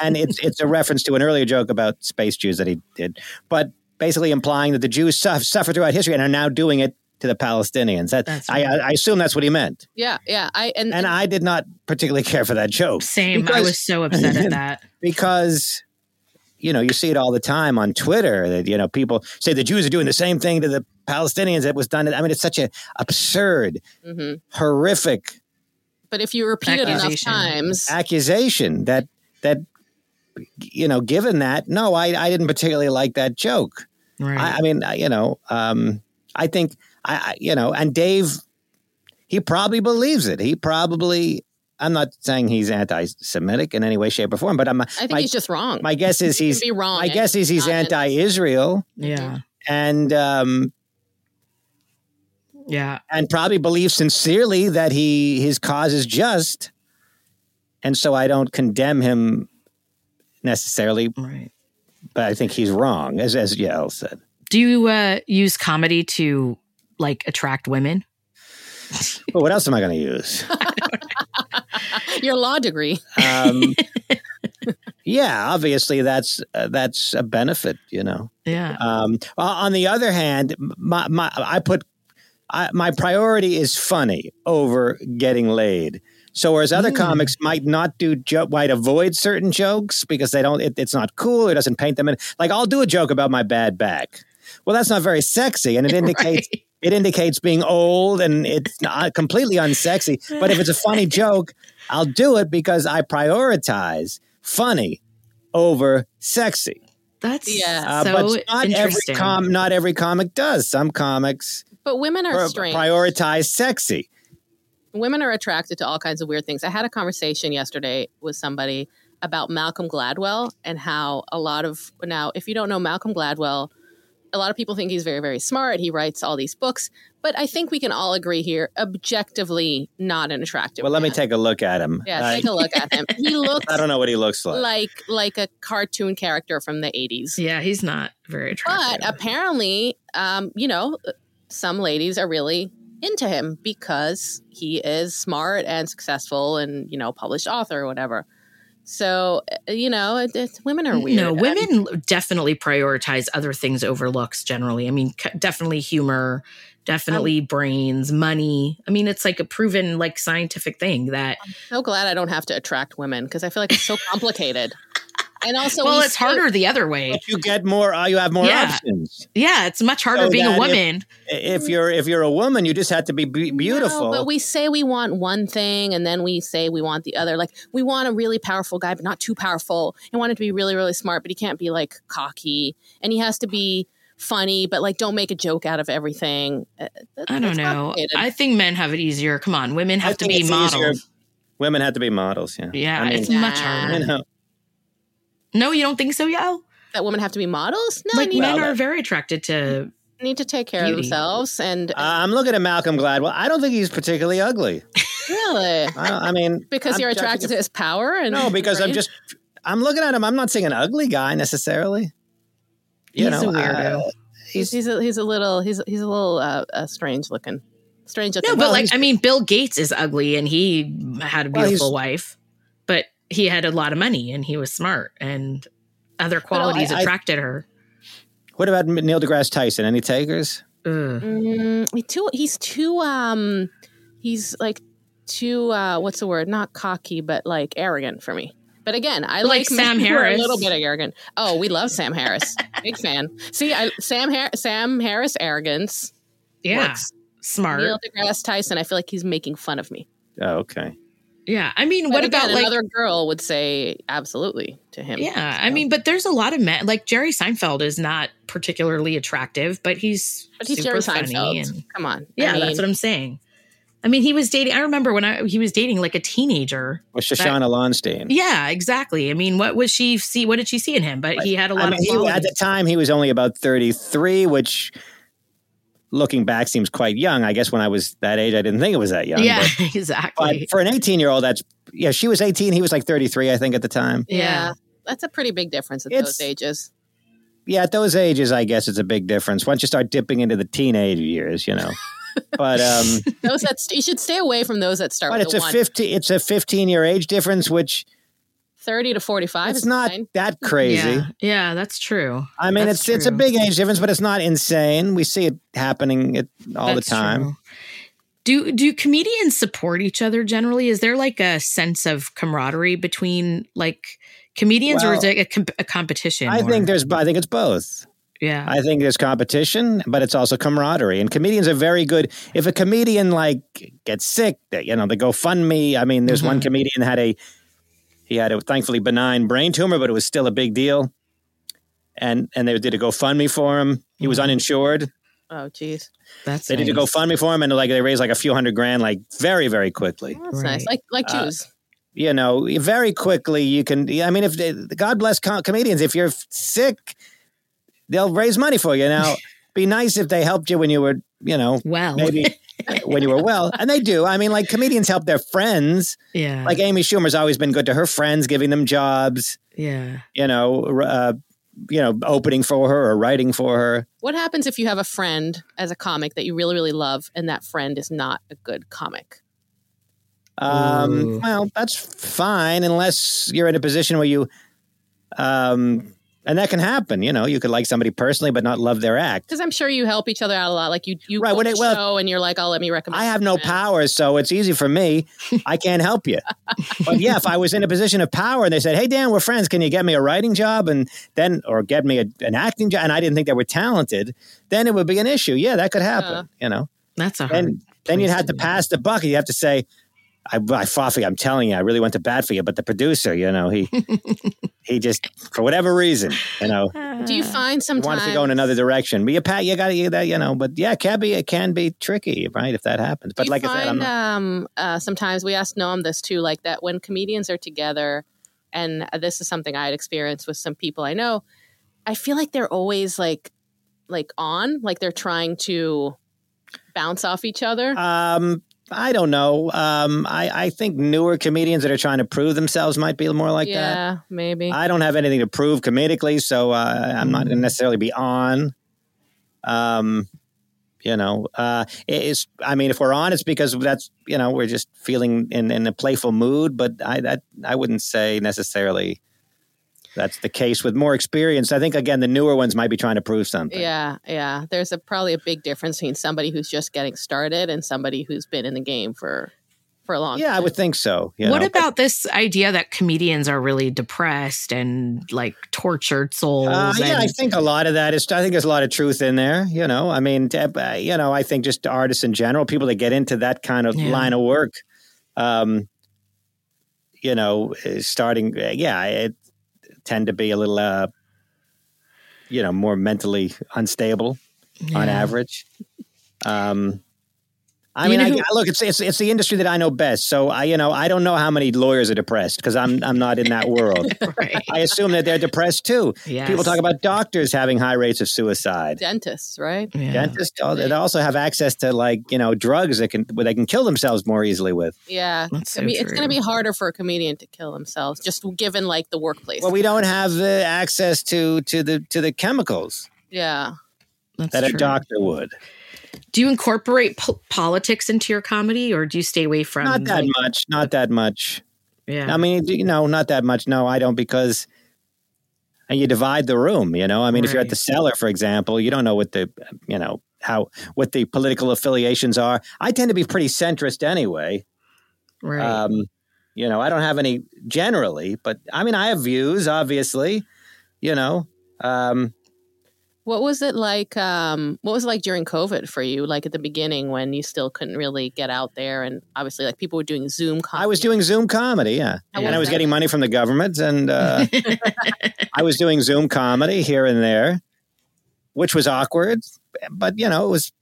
C: and it's it's a reference to an earlier joke about space Jews that he did. But basically implying that the Jews suff- suffered throughout history and are now doing it to the Palestinians. That
B: That's
C: I,
B: right.
C: I assume that's what he meant.
A: Yeah, yeah. I and,
C: And I did not particularly care for that joke
B: Same. I
C: Because-
B: was so upset at that.
C: because you know you see it all the time on Twitter that you know people say the Jews are doing the same thing to the Palestinians that was done. to- I mean, it's such an absurd,
A: Mhm.
C: horrific
A: but if you repeat it enough
B: Accusation.
A: times,
C: accusation that that you know given that no i i didn't particularly like that joke
B: Right.
C: I, I mean I- you know um i think I, I you know and dave he probably believes it he probably i'm not saying he's anti-semitic in any way shape or form but i'm
A: I think
C: my,
A: he's just wrong.
C: my guess is
A: He
C: he's
A: can be wrong.
C: my guess is he's
A: not anti-
C: anti-israel
B: yeah.
C: and um
B: Yeah.
C: and probably believes sincerely that he his cause is just and so i don't condemn him necessarily
B: Right.
C: but I think he's wrong, as as Yael said.
B: Do you uh, use comedy to like attract women?
C: But what else am I going to use?
A: Your law degree.
C: Um, yeah, obviously that's uh, that's a benefit, you know.
B: Yeah.
C: Um, o- on the other hand, my, my I put I, my priority is funny over getting laid. So whereas other
B: Mm.
C: comics might not do jo- might avoid certain jokes because they don't it, it's not cool or doesn't paint them in like I'll do a joke about my bad back. Well, that's not very sexy, and it indicates
B: Right.
C: it indicates being old and it's not completely unsexy. But if it's a funny joke, I'll do it because I prioritize funny over sexy.
B: That's
A: Yeah.
B: yeah.
C: Uh,
B: so
C: but not every
B: interesting.
C: com- not every comic does. Some comics
A: But women are
C: pri-
A: strange.
C: prioritize sexy.
A: women are attracted to all kinds of weird things. I had a conversation yesterday with somebody about Malcolm Gladwell and how a lot of now, if you don't know Malcolm Gladwell, a lot of people think he's very, very smart. He writes all these books, but I think we can all agree here, objectively, not an attractive.
C: Well, let me
A: man.
C: take a look at him.
A: Yeah,
C: I,
A: take a look at him. He looks
C: I don't know what he looks like.
A: like like a cartoon character from the eighties.
B: Yeah, he's not very attractive.
A: But apparently, um, you know, some ladies are really into him because he is smart and successful and, you know, published author or whatever. So, uh, you know, it, it's, women are weird.
B: No, women definitely prioritize other things over looks generally. I mean, c- definitely humor, definitely
C: Oh.
B: brains, money. I mean, it's like a proven like scientific thing that
A: I'm so glad I don't have to attract women because I feel like it's so complicated. and also,
B: well,
A: we
B: it's
A: see-
B: harder the other way.
C: But you get more. Uh, you have more
B: Yeah.
C: options.
B: Yeah, it's much harder
C: So
B: being
C: that
B: a
C: if-
B: woman.
C: I- If you're if you're a woman, you just have to be be-
A: No,
C: beautiful.
A: but we say we want one thing and then we say we want the other. Like we want a really powerful guy, but not too powerful. And want him to be really, really smart, but he can't be like cocky. And he has to be funny, but like don't make a joke out of everything. Uh, that-
B: I don't
A: that's
B: know.
A: complicated.
B: I think men have it easier. Come on, women
C: I
B: have to
C: think
B: be
C: it's easier-
B: models.
C: Women have to be models. Yeah.
B: Yeah,
C: I mean,
B: it's much
A: Nah.
B: harder.
C: you know.
B: No, you don't think so, Yo?
A: that women have to be models. No,
B: Like
A: need,
B: men
C: Well,
B: are very attracted to.
A: need to take care of
B: beauty.
A: themselves. And
C: Uh, I'm looking at Malcolm Gladwell. I don't think he's particularly ugly.
A: really,
C: I, I mean,
A: because
C: I'm
A: you're
C: judging
A: attracted
C: him-
A: to his power. And
C: no, because I'm
A: Right?
C: just. I'm looking at him. I'm not seeing an ugly guy necessarily. You
B: He's
C: know,
B: a weirdo.
C: uh,
A: he's he's
C: he's
A: a, he's a little he's he's a little uh, uh, strange looking, strange looking.
B: no, but
C: well,
B: like
C: he's-
B: I mean, Bill Gates is ugly, and he had a
C: Well, he's-
B: beautiful wife, but he had a lot of money, and he was smart, and other
C: I-
B: qualities
C: I-
B: attracted her.
C: what about Neil deGrasse Tyson? Any takers?
B: Ugh.
A: Mm, he too. He's too. Um, he's like too. Uh, what's the word? Not cocky, but like arrogant for me. But again, I like,
B: Like Sam
A: men who are
B: Harris.
A: A little bit arrogant. Oh, we love Sam Harris. Big fan. See, I, Sam Har- Sam Harris arrogance.
B: Yeah,
A: works.
B: smart.
A: Neil deGrasse Tyson. I feel like he's making fun of me.
C: Oh, okay.
B: Yeah, I mean,
A: But
B: what
A: again,
B: about like?
A: another girl would say absolutely to him?
B: Yeah, I mean, but there's a lot of men. Like Jerry Seinfeld is not particularly attractive, but he's
A: but he's
B: super
A: Jerry
B: funny
A: Seinfeld.
B: and
A: Come on.
B: Yeah,
A: I mean,
B: that's what I'm saying. I mean, he was dating. I remember when I he was dating like a teenager.
C: Well, Shoshana Lonstein.
B: Yeah, exactly. I mean, what was she see? What did she see in him? But he had a lot
C: I
B: of.
C: mean, he, at
B: qualities.
C: the time, he was only about 33, which, looking back, seems quite young. I guess when I was that age, I didn't think it was that young.
B: yeah,
C: but- But,
B: exactly.
C: for an 18 year old, that's yeah. She was 18. He was like 33, I think, at the time.
A: yeah.
B: yeah.
A: That's a pretty big difference at
C: It's-
A: those ages.
C: yeah, at those ages, I guess it's a big difference. Once you start dipping into the teenage years, you know. But um,
A: those that st- you should stay away from those that start
C: but
A: with
C: it's
A: a
C: a
A: one.
C: fifty. It's a fifteen year age difference, which
A: 30 to 45
C: It's
A: is
C: not
A: fine.
C: that crazy.
B: Yeah, yeah that's true.
C: I mean,
B: That's
C: it's it's a
B: true.
C: big age difference, but it's not insane. We see it happening it, all
B: That's
C: the time.
B: true. Do do comedians support each other generally? Is there like a sense of camaraderie between like comedians, or is
C: Well,
B: it a, comp- a competition?
C: I
B: or-
C: think there's, I think it's both.
B: yeah,
C: I think there's competition, but it's also camaraderie. And comedians are very good. If a comedian like gets sick, they, you know, they go fund me. I mean, there's one comedian had a he had a thankfully benign brain tumor, but it was still a big deal. And and they did a GoFundMe for him. He was uninsured.
A: Oh, geez.
B: that's
C: They
B: nice.
C: did a GoFundMe for him, and like they raised like a few hundred grand, like very very quickly.
A: That's
B: Right.
A: nice. Like like
C: Uh,
A: Jews.
C: You know, very quickly you can. I mean, if they, God bless com- comedians, if you're sick, they'll raise money for you. Now, be nice if they helped you when you were, you know,
B: Well,
C: maybe when you were well. And they do. I mean, like comedians help their friends.
B: yeah,
C: Like Amy Schumer's always been good to her friends, giving them jobs.
B: yeah,
C: You know, r- uh, you know, opening for her or writing for her.
A: what happens if you have a friend as a comic that you really really love and that friend is not a good comic?
C: Um,
B: Ooh.
C: well, that's fine unless you're in a position where you, um, and that can happen. You know, you could like somebody personally but not love their act.
A: Because I'm sure you help each other out a lot. Like you, you
C: Right,
A: go
C: when
A: to
C: it-
A: a
C: well,
A: show and you're like, "Oh, let me recommend."
C: I have no
A: this man."
C: power, so it's easy for me. I can't help you. But yeah, if I was in a position of power and they said, "Hey Dan, we're friends. Can you get me a writing job?" and then or get me a, an acting job, and I didn't think they were talented, then it would be an issue. Yeah, that could happen.
A: Yeah.
C: You know,
B: that's a hard.
C: then then you'd
B: place to
C: have to
B: be.
C: pass the buck. You have to say, "I, I fought for you. I'm telling you, I really went to bat for you." But the producer, you know, he he just for whatever reason, you know.
A: Do you find
C: he
A: sometimes
C: Wanted to go in another direction. But you pat, you got to that, you know. But yeah, it can be it can be tricky, right? If that
A: do
C: happens. But
A: you
C: like I said, I'm
A: find
C: not,
A: um, uh, sometimes we asked Noam this too, like that when comedians are together, and uh, this is something I had experienced with some people I know. I feel like they're always like, like on, like they're trying to bounce off each other.
C: Um, I don't know. Um, I, I think newer comedians that are trying to prove themselves might be more like that.
A: yeah, maybe.
C: I don't have anything to prove comedically, so uh, I'm not going to necessarily be on. Um, you know, uh, it- it's. I mean, if we're on, it's because that's you know we're just feeling in, in a playful mood. But I that I wouldn't say necessarily that's the case with more experience. I think again, the newer ones might be trying to prove something.
A: Yeah, yeah. There's a probably a big difference between somebody who's just getting started and somebody who's been in the game for for a long.
C: yeah, I would think so. You
B: what
C: know?
B: about this idea that comedians are really depressed and like tortured souls?
C: Uh, yeah, I
B: and-
C: think a lot of that is. I think there's a lot of truth in there. You know, I mean, to- uh, you know, I think just artists in general, people that get into that kind of
B: Yeah.
C: line of work, um, you know, uh, starting, uh, yeah, it tend to be a little, uh, you know, more mentally unstable on
B: Yeah.
C: average. Um, I
B: You
C: mean,
B: know
C: I,
B: who-
C: I- look, it's, it's it's the industry that I know best. So I, you know, I don't know how many lawyers are depressed because I'm I'm not in that world.
B: right.
C: I assume that they're depressed too.
B: Yes.
C: People talk about doctors having high rates of suicide.
A: Dentists, right?
B: Yeah.
C: Dentists al- they also have access to like you know drugs that can where they can kill themselves more easily with.
A: Yeah.
B: That's so
A: I mean, it's going to be
B: true.
A: harder for a comedian to kill themselves, just given like the workplace.
C: Well, we don't have the access to to the to the chemicals
A: yeah.
B: That's
C: that a
B: true.
C: doctor would.
B: Do you incorporate po- politics into your comedy, or do you stay away from?
C: Not that
B: like-
C: much. Not that much.
B: Yeah.
C: I mean, you know, not that much. No, I don't because. And you divide the room, you know. I mean, if you're at
B: Right.
C: the cellar, for example, you don't know what the, you know, how what the political affiliations are. I tend to be pretty centrist anyway.
B: right.
C: Um, you know, I don't have any generally, but I mean, I have views, obviously. You know, um,
A: What was it like? Um, what was it like during COVID for you? Like at the beginning when you still couldn't really get out there, and obviously like people were doing Zoom. Conferences.
C: I was doing Zoom comedy, yeah,
A: How
C: and
A: was
C: I was
A: that?
C: getting money from the government, and uh, I was doing Zoom comedy here and there, which was awkward, but you know, it was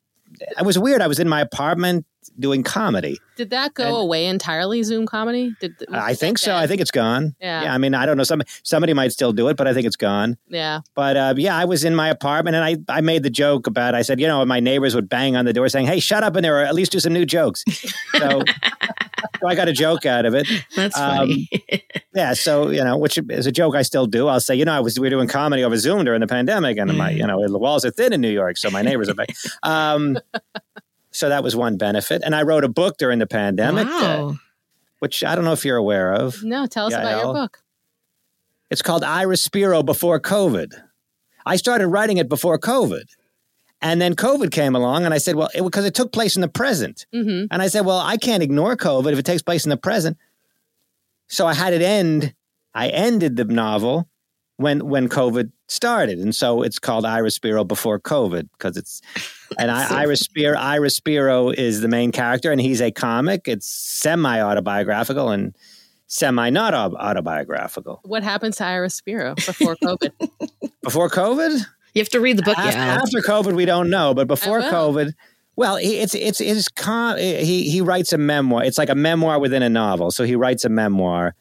C: it was weird. I was in my apartment doing comedy.
A: Did that go
C: and-
A: away entirely? Zoom comedy? Did was
C: I
A: that
C: think so. I
A: dead?
C: think it's gone.
A: Yeah.
C: Yeah.
A: Yeah.
C: I mean, I don't know. Some somebody might still do it, but I think it's gone. But uh, yeah, I was in my apartment and I, I made the joke about I said, you know, my neighbors would bang on the door saying, hey, shut up in there or at least do some new jokes. So, so I got a joke out of it.
B: That's
C: um,
B: funny.
C: Yeah. So, you know, which is a joke I still do. I'll say, you know, I was, we were doing comedy over Zoom during the pandemic and my,
B: Mm.
C: you know, the walls are thin in New York. So my neighbors are bang. Um, so that was one benefit. And I wrote a book during the pandemic, uh,
B: wow.
C: which I don't know if you're aware of.
A: No, tell us
C: Yeah,
A: about your
C: I'll-
A: book.
C: It's called Iris Spiro Before COVID. I started writing it before COVID. And then COVID came along, and I said, well, because it, took place in the present.
A: Mm-hmm.
C: And I said, well, I can't ignore COVID if it takes place in the present. So I had it end. I ended the novel when when COVID started, and so it's called Iris Spiro before COVID because it's and I, Iris Spiro Iris Spiro is the main character, and he's a comic. It's semi autobiographical and semi not autobiographical.
A: What happens to Iris Spiro before COVID?
C: Before COVID,
B: You have to read the book.
C: after,
B: yeah.
C: after COVID, we don't know, but before
A: will.
C: COVID, well, he, it's it's it's con- he he writes a memoir. It's like a memoir within a novel. So he writes a memoir,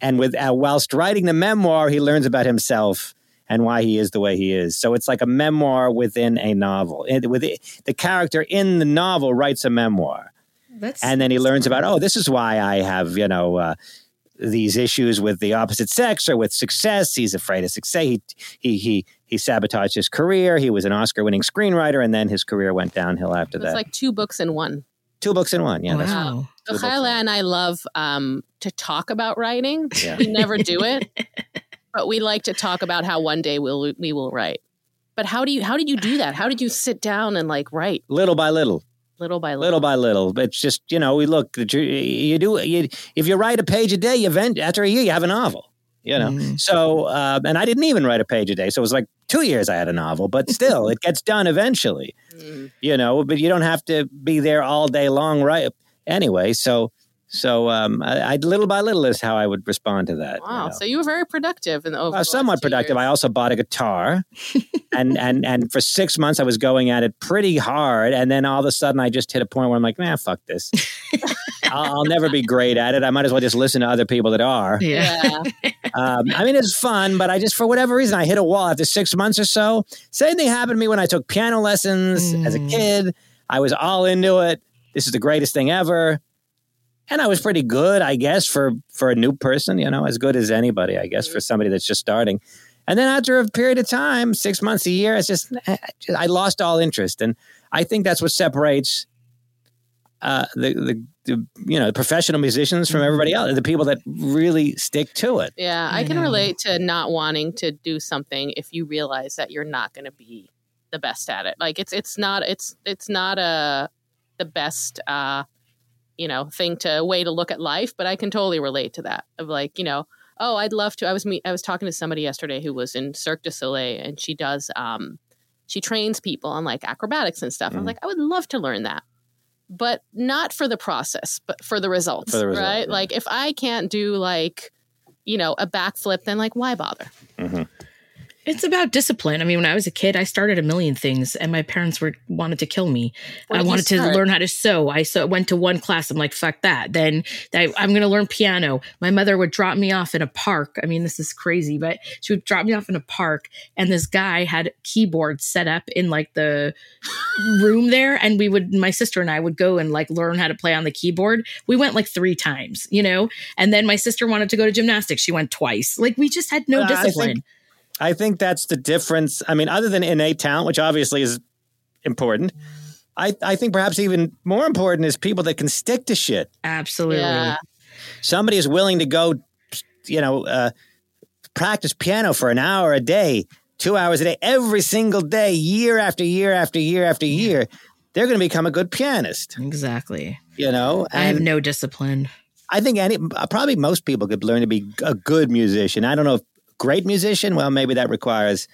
C: and with uh, whilst writing the memoir, he learns about himself and why he is the way he is. So it's like a memoir within a novel. It, with it, the character in the novel writes a memoir
B: That's
C: and then he learns about oh this is why i have you know uh, these issues with the opposite sex or with success he's afraid of success he he he he sabotaged his career he was an oscar winning screenwriter and then his career went downhill after
A: It's
C: that
A: like two books in one.
C: two books in one yeah that's
B: wow.
A: So
C: Good luck
A: Kyla
C: to you.
A: and I love um, to talk about writing.
C: Yeah.
A: We never do it, but we like to talk about how one day we'll we will write. But how do you how did you do that? How did you sit down and like write
C: little by little
A: little by little?
C: little by little but it's just you know we look that you, you do you, if you write a page a day you vent after a year you have a novel you know
B: Mm.
C: so uh, and i didn't even write a page a day so it was like two years i had a novel but still it gets done eventually
A: Mm.
C: you know but you don't have to be there all day long right anyway so so um i, I little by little is how i would respond to that you
A: Wow!
C: know.
A: So you were very productive in the over
C: Uh,
A: the
C: somewhat
A: last two
C: productive i
A: years.
C: also bought a guitar and and and for six months i was going at it pretty hard and then all of a sudden i just hit a point where i'm like man fuck this I'll, I'll never be great at it i might as well just listen to other people that are
B: Yeah.
A: yeah.
C: um, I mean, it's fun, but I just, for whatever reason, I hit a wall after six months or so. Same thing happened to me when I took piano lessons as a
B: Mm.
C: kid. I was all into it. This is the greatest thing ever. And I was pretty good, I guess, for, for a new person, you know, as good as anybody, I guess, for somebody that's just starting. And then after a period of time, six months, a year, it's just, eh, I lost all interest. And I think that's what separates uh, the, the, the, you know, professional musicians from everybody else, the people that really stick to it.
A: Yeah,
B: I
A: I can
B: know.
A: relate to not wanting to do something if you realize that you're not going to be the best at it. Like it's it's not it's it's not a the best uh you know thing to way to look at life, but I can totally relate to that. Of like, you know, oh, I'd love to I was me I was talking to somebody yesterday who was in Cirque du Soleil and she does um she trains people on like acrobatics and stuff. I'm
C: Mhm.
A: like, I would love to learn that. But not for the process, but for the results,
C: For the result,
A: right?
C: yeah.
A: Like if I can't do like you know, a backflip, then like, why bother?
B: It's about discipline. I mean, when I was a kid, I started a million things, and my parents were wanted to kill me.
A: Where
B: I
A: did you
B: wanted to
A: start?
B: learn how to sew. I so went to one class. I'm like, fuck that. Then I, I'm going to learn piano. My mother would drop me off in a park. I mean, this is crazy, but she would drop me off in a park, and this guy had keyboards set up in like the room there, and we would, my sister and I would go and like learn how to play on the keyboard. We went like three times, you know, and then my sister wanted to go to gymnastics. She went twice. Like we just had no
C: Well, I think-
B: discipline.
C: I think that's the difference. I mean, other than innate talent, which obviously is important, I, I think perhaps even more important is people that can stick to shit.
B: Absolutely.
A: Yeah.
C: Somebody is willing to go, you know, uh, practice piano for an hour a day, two hours a day, every single day, year after year after year after year. They're going to become a good pianist,
B: Exactly.
C: you know.
B: I have
C: And
B: no discipline.
C: I think any uh, probably most people could learn to be a good musician. I don't know if great musician. Well, maybe that requires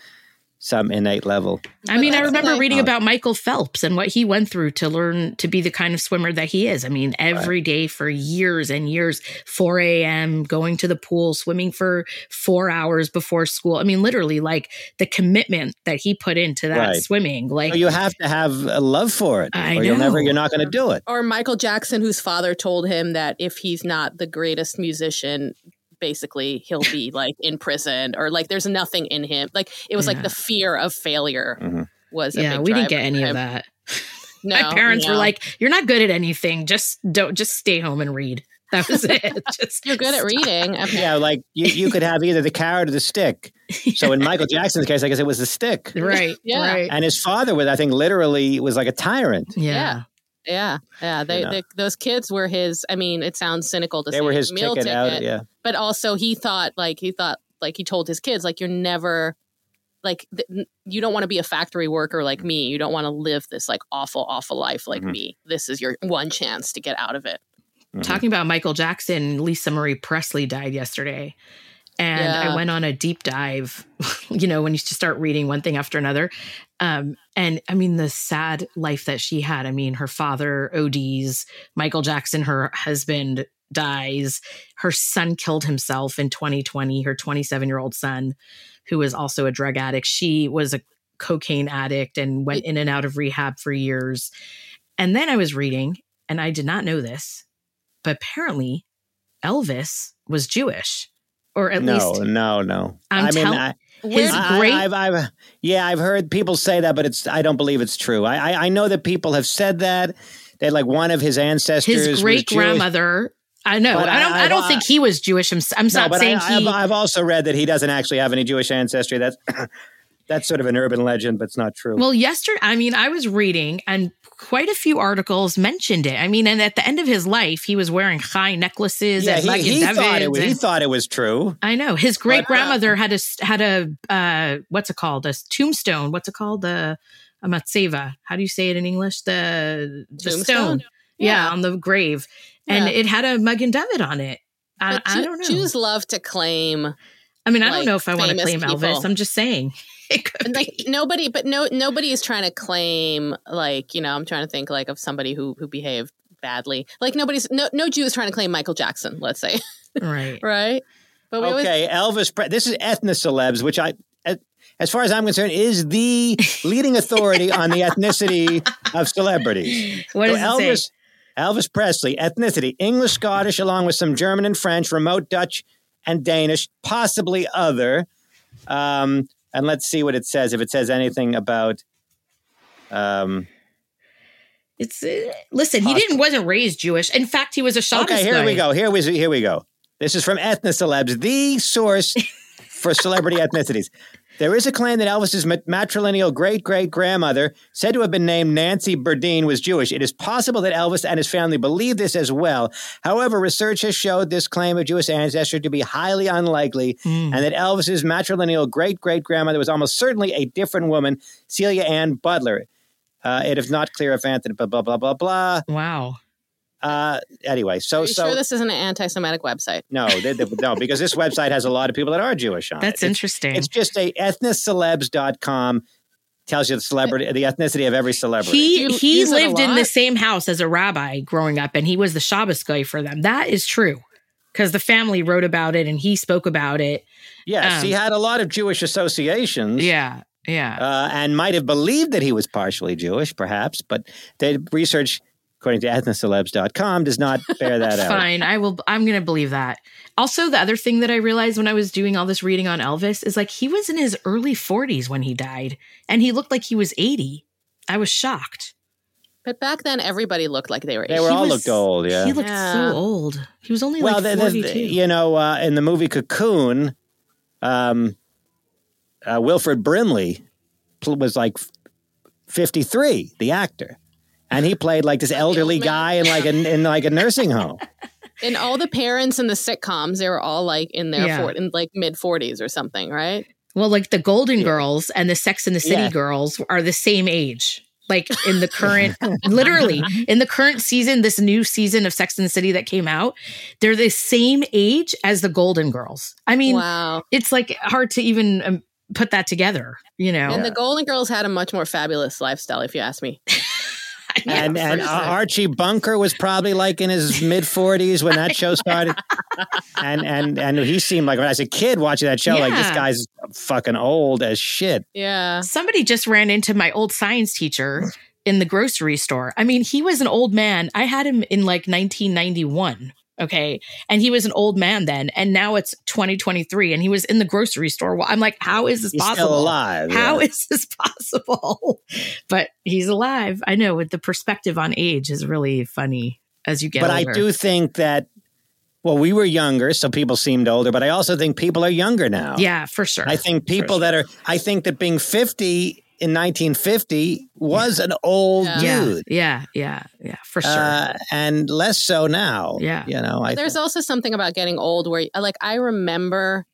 C: some innate level.
B: I mean, I
A: that's
B: remember
A: like-
B: reading
C: Oh.
B: about Michael Phelps and what he went through to learn to be the kind of swimmer that he is. I mean, every day for years and years, 4 a.m., going to the pool, swimming for four hours before school. I mean, literally, like the commitment that he put into that
C: Right.
B: swimming. Like,
C: So you have to have a love for it,
B: I
C: or you'll never.
B: know.
C: You're not going to do it.
A: Or Michael Jackson, whose father told him that if he's not the greatest musician, basically he'll be like in prison or like there's nothing in him. Like it was
B: Yeah.
A: like the fear of failure
C: Mhm.
A: was a
B: yeah,
A: big
B: we
A: driver
B: didn't get any
A: for
B: of
A: him.
B: that.
A: No,
B: My parents
A: no.
B: were like, you're not good at anything. Just don't, just stay home and read. That was it. just,
A: You're good at reading. apparently.
C: Yeah, like you, you could have either the carrot or the stick. So in Michael Jackson's case, I guess it was the stick.
B: Right.
A: Yeah.
B: Right.
C: And his father was, I think, literally was like a tyrant.
B: yeah.
A: Yeah. Yeah. They,
C: You know.
A: they, those kids were his I mean, it sounds cynical to
C: They
A: say
C: were his
A: meal
C: ticket out. Yeah,
A: But also he thought like he thought like he told his kids like you're never like th- n- you don't want to be a factory worker like me you don't want to live this like awful awful life like
C: Mhm.
A: me this is your one chance to get out of it
C: Mhm.
B: Talking about Michael Jackson, Lisa Marie Presley died yesterday. And
A: Yeah.
B: I went on a deep dive, you know, when you just start reading one thing after another. Um, and I mean, the sad life that she had. I mean, her father ODs, Michael Jackson, her husband dies, her son killed himself in 2020, her 27 year old son, who was also a drug addict. She was a cocaine addict and went in and out of rehab for years. And then I was reading, and I did not know this, but apparently Elvis was Jewish, or at
C: no,
B: least
C: no, no.
B: I'm
C: I mean,
B: tell-
C: I,
A: Where-
B: His
C: I,
B: great-
C: I, have I've, yeah, I've heard people say that, but it's I don't believe it's true. I, I, I know that people have said that that like one of his ancestors,
B: his
C: was
B: great
C: Jewish.
B: grandmother. I know.
C: But
B: I don't.
C: I-
B: I, don't
C: I-
B: think he was Jewish himself. I'm
C: No,
B: not
C: but I,
B: saying
C: I've,
B: he.
C: I've also read that he doesn't actually have any Jewish ancestry. That's that's sort of an urban legend, but it's not true.
B: Well, yesterday, I mean, I was reading and quite a few articles mentioned it. I mean, and at the end of his life, he was wearing high necklaces
C: yeah,
B: and
C: he,
B: Megan
C: he thought
B: Davids
C: it was, he
B: and-
C: thought it was true.
B: I know his great grandmother had a s- had a uh, what's it called a s- tombstone. What's it called the a matseva? How do you say it in English? The the
A: Tombstone?
B: stone, yeah.
A: Yeah.
B: on the grave, and
A: Yeah.
B: it had a mug and David on it. I,
A: But
B: I
A: Jew-
B: don't know.
A: Jews love to claim
B: I mean, I don't
A: like,
B: know if I want to
A: famous
B: claim Elvis.
A: people.
B: I'm just saying it could
A: and, like
B: be.
A: nobody but no nobody is trying to claim like you know i'm trying to think like of somebody who who behaved badly like nobody's no no jew is trying to claim michael jackson let's say
B: right.
A: right but we always
C: Okay, Elvis. Pre- this is ethno celebs, which I, as- as far as I'm concerned, is the leading authority on the ethnicity of celebrities.
B: What
C: So
B: does it say?
C: Elvis, Elvis Presley, ethnicity, English, Scottish, along with some German and French, remote Dutch and Danish, possibly other. Um, and let's see what it says, if it says anything about. Um,
B: It's uh, listen. He didn't wasn't raised Jewish. In fact, he was a Shabbos
C: okay, here we
B: guy.
C: go. Here we here we go. This is from Ethnocelebs, the source for celebrity ethnicities. There is a claim that Elvis's mat- matrilineal great great grandmother, said to have been named Nancy Berdine, was Jewish. It is possible that Elvis and his family believed this as well. However, research has showed this claim of Jewish ancestry to be highly unlikely,
B: Mm.
C: and that Elvis's matrilineal great great grandmother was almost certainly a different woman, Celia Ann Butler. Uh, it is not clear if Anthony, blah, blah, blah, blah, blah.
B: Wow.
C: Uh, anyway, so,
A: are you
C: so.
A: sure this isn't an anti-semitic website
C: No, they, they- no, because this website has a lot of people that are Jewish on
B: That's
C: it.
B: interesting.
C: Uh, It's, it's just a ethnocelebs.com tells you the celebrity, the ethnicity of every celebrity.
B: He
A: Do you
B: he
A: use it a
B: lived in the
A: lot?
B: same house as a rabbi growing up, and he was the Shabbos guy for them. That is true, because the family wrote about it and he spoke about it.
C: yes,
B: um,
C: he had a lot of Jewish associations.
B: Yeah, yeah.
C: Uh, and might have believed that he was partially Jewish, perhaps, but the research, according to ethnocelebs.com, does not bear that out.
B: Fine, I will. I'm gonna believe that. Also, the other thing that I realized when I was doing all this reading on Elvis is like he was in his early 40s when he died, and he looked like he was 80. I was shocked.
A: but back then everybody looked like they were
C: They
A: Asian.
C: were
B: He
C: all
B: was-
C: looked old, yeah.
B: He looked
A: Yeah.
B: so old. He was only
C: well,
B: like
C: the- the-
B: 42.
C: you know, uh, in the movie Cocoon, um, uh, Wilfred Brimley pl- was like f- 53, the actor, and he played like this elderly
A: man.
C: guy in like a, in like a nursing home.
A: and all the parents in the sitcoms they were all like in their
B: Yeah.
A: fort in like mid 40s or something right
B: Well, like the Golden Girls and the Sex and the City
C: Yeah.
B: girls are the same age. Like in the current, literally in the current season, this new season of Sex and the City that came out, they're the same age as the Golden Girls. I mean,
A: wow
B: it's like hard to even um, put that together, you know?
A: and the golden girls had a much more fabulous lifestyle if you ask me
B: Yeah,
C: and and
B: for
C: Ar-
B: sure.
C: Archie Bunker was probably like in his mid 40s when that show started. and and and he seemed like when I was a kid watching that show, like this
B: Yeah.
C: guy's fucking old as shit.
A: yeah
B: Somebody just ran into my old science teacher in the grocery store. I mean, he was an old man. I had him in like 1991. Okay. And he was an old man then. And now it's 2023 and he was in the grocery store. Well, I'm like, how is this
C: He's
B: possible?
C: still alive.
B: How
C: yeah.
B: is this possible? but he's alive. I know with the perspective on age is really funny as you get
C: but
B: older.
C: I do think that well, we were younger, so people seemed older, but I also think people are younger now.
B: Yeah, for sure.
C: I think people that are I think that being 50 in 1950 was an old
A: Yeah.
B: yeah,
C: dude.
B: yeah, yeah, yeah, for sure.
C: Uh, and less so now.
B: Yeah.
C: You know, I
A: There's also something about getting old where, like, I uh, remember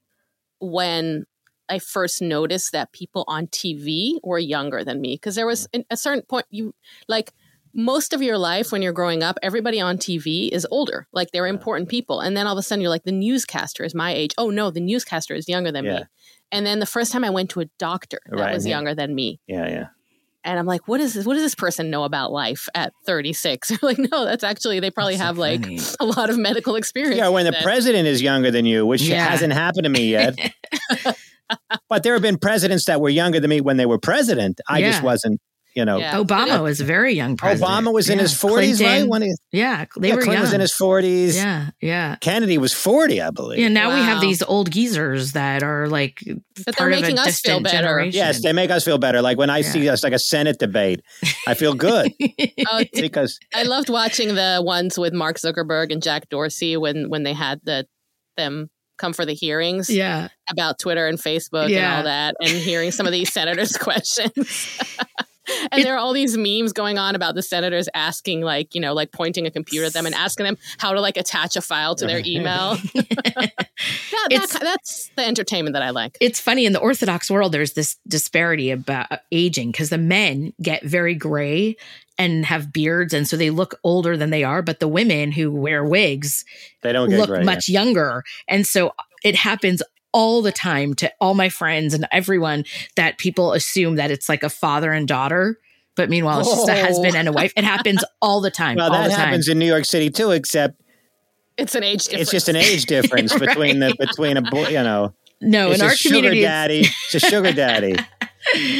A: when I first noticed that people on TV were younger than me because there was an, a certain point you like most of your life when you're growing up, everybody on TV is older, like they're important people, and then all of a sudden you're like the newscaster is my age. Oh no, the newscaster is younger than me.
C: Yeah.
A: And then the first time I went to a doctor that
C: Right,
A: was
C: yeah.
A: younger than me,
C: Yeah, yeah.
A: and I'm like, what is this? What does this person know about life at 36? They're like, no, that's actually they probably
B: That's so
A: have like
B: funny.
A: a lot of medical experience.
C: Yeah, when the
A: then.
C: president is younger than you, which
B: Yeah.
C: hasn't happened to me yet. but there have been presidents that were younger than me when they were president. I
B: Yeah.
C: just wasn't, you know.
A: Yeah.
B: Obama was a very young president.
C: Obama was in
B: Yeah.
C: his 40s, right?
B: Clinton.
C: When he,
B: yeah, they
C: yeah,
B: were
C: Clinton
B: young.
C: was in his 40s.
B: yeah, yeah.
C: Kennedy was 40, I believe.
B: Yeah, now we have
A: Wow.
B: these old geezers that are like
A: But they're
B: part of a
A: making us feel
B: distant
A: better.
B: generation.
C: Yes, they make us feel better. Like when I
B: Yeah.
C: see us like a Senate debate, I feel good
A: Oh,
C: because
A: I loved watching the ones with Mark Zuckerberg and Jack Dorsey when when they had the them come for the hearings
B: yeah.
A: about Twitter and Facebook and
B: Yeah.
A: all that, and hearing some of these senators' questions. and
B: It-
A: there are all these memes going on about the senators asking, like you know, like pointing a computer at them and asking them how to like attach a file to their email. That- that
B: It's-
A: ki- that's the entertainment that I like.
B: It's funny in the Orthodox world, there's this disparity about uh, aging because the men get very gray and have beards, and so they look older than they are. But the women who wear wigs
C: they don't get
B: look
C: great.
B: much younger. And so it happens all the time to all my friends and everyone that people assume that it's like a father and daughter, but meanwhile it's just a
A: Oh.
B: husband and a wife. It happens all the time.
C: Well,
B: all
C: that
B: the time.
C: happens in New York City too, except
A: It's an age difference.
C: it's just an age difference
B: Right.
C: between the between a boy, you know,
B: no,
C: it's
B: in
C: a
B: our
C: sugar
B: community, it's-
C: daddy, it's a sugar daddy.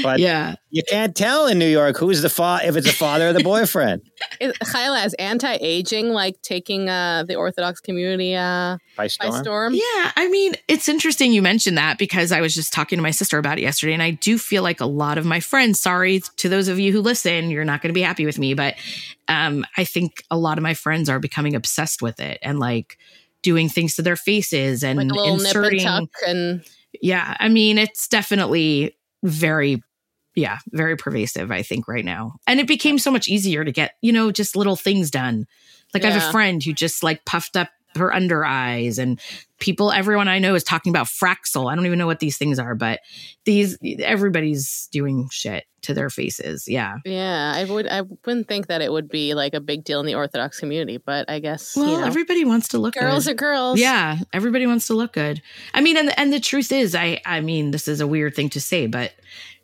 C: But
B: yeah,
C: you can't tell in New York who's the fa- if it's the father or the boyfriend
A: Is, Hyla, is anti-aging like taking uh, the Orthodox community uh,
C: by
A: by
C: storm.
A: storm?
B: Yeah, I mean, it's interesting you mentioned that because I was just talking to my sister about it yesterday. And I do feel like a lot of my friends, sorry to those of you who listen, you're not going to be happy with me, but um, I think a lot of my friends are becoming obsessed with it and like doing things to their faces and
A: like a little
B: inserting.
A: nip and tuck and
B: Yeah, I mean, it's definitely very, yeah, very pervasive, I think, right now. And it became so much easier to get, you know, just little things done. Like I have
A: Yeah.
B: a friend who just like puffed up her under eyes and people everyone I know is talking about Fraxel. I don't even know what these things are, but these everybody's doing shit to their faces. Yeah.
A: yeah, I would I wouldn't think that it would be like a big deal in the Orthodox community, but I guess
B: Well,
A: you know,
B: everybody wants to look
A: girls
B: good.
A: are girls.
B: Yeah, everybody wants to look good. I mean, and and the truth is, I I mean, this is a weird thing to say, but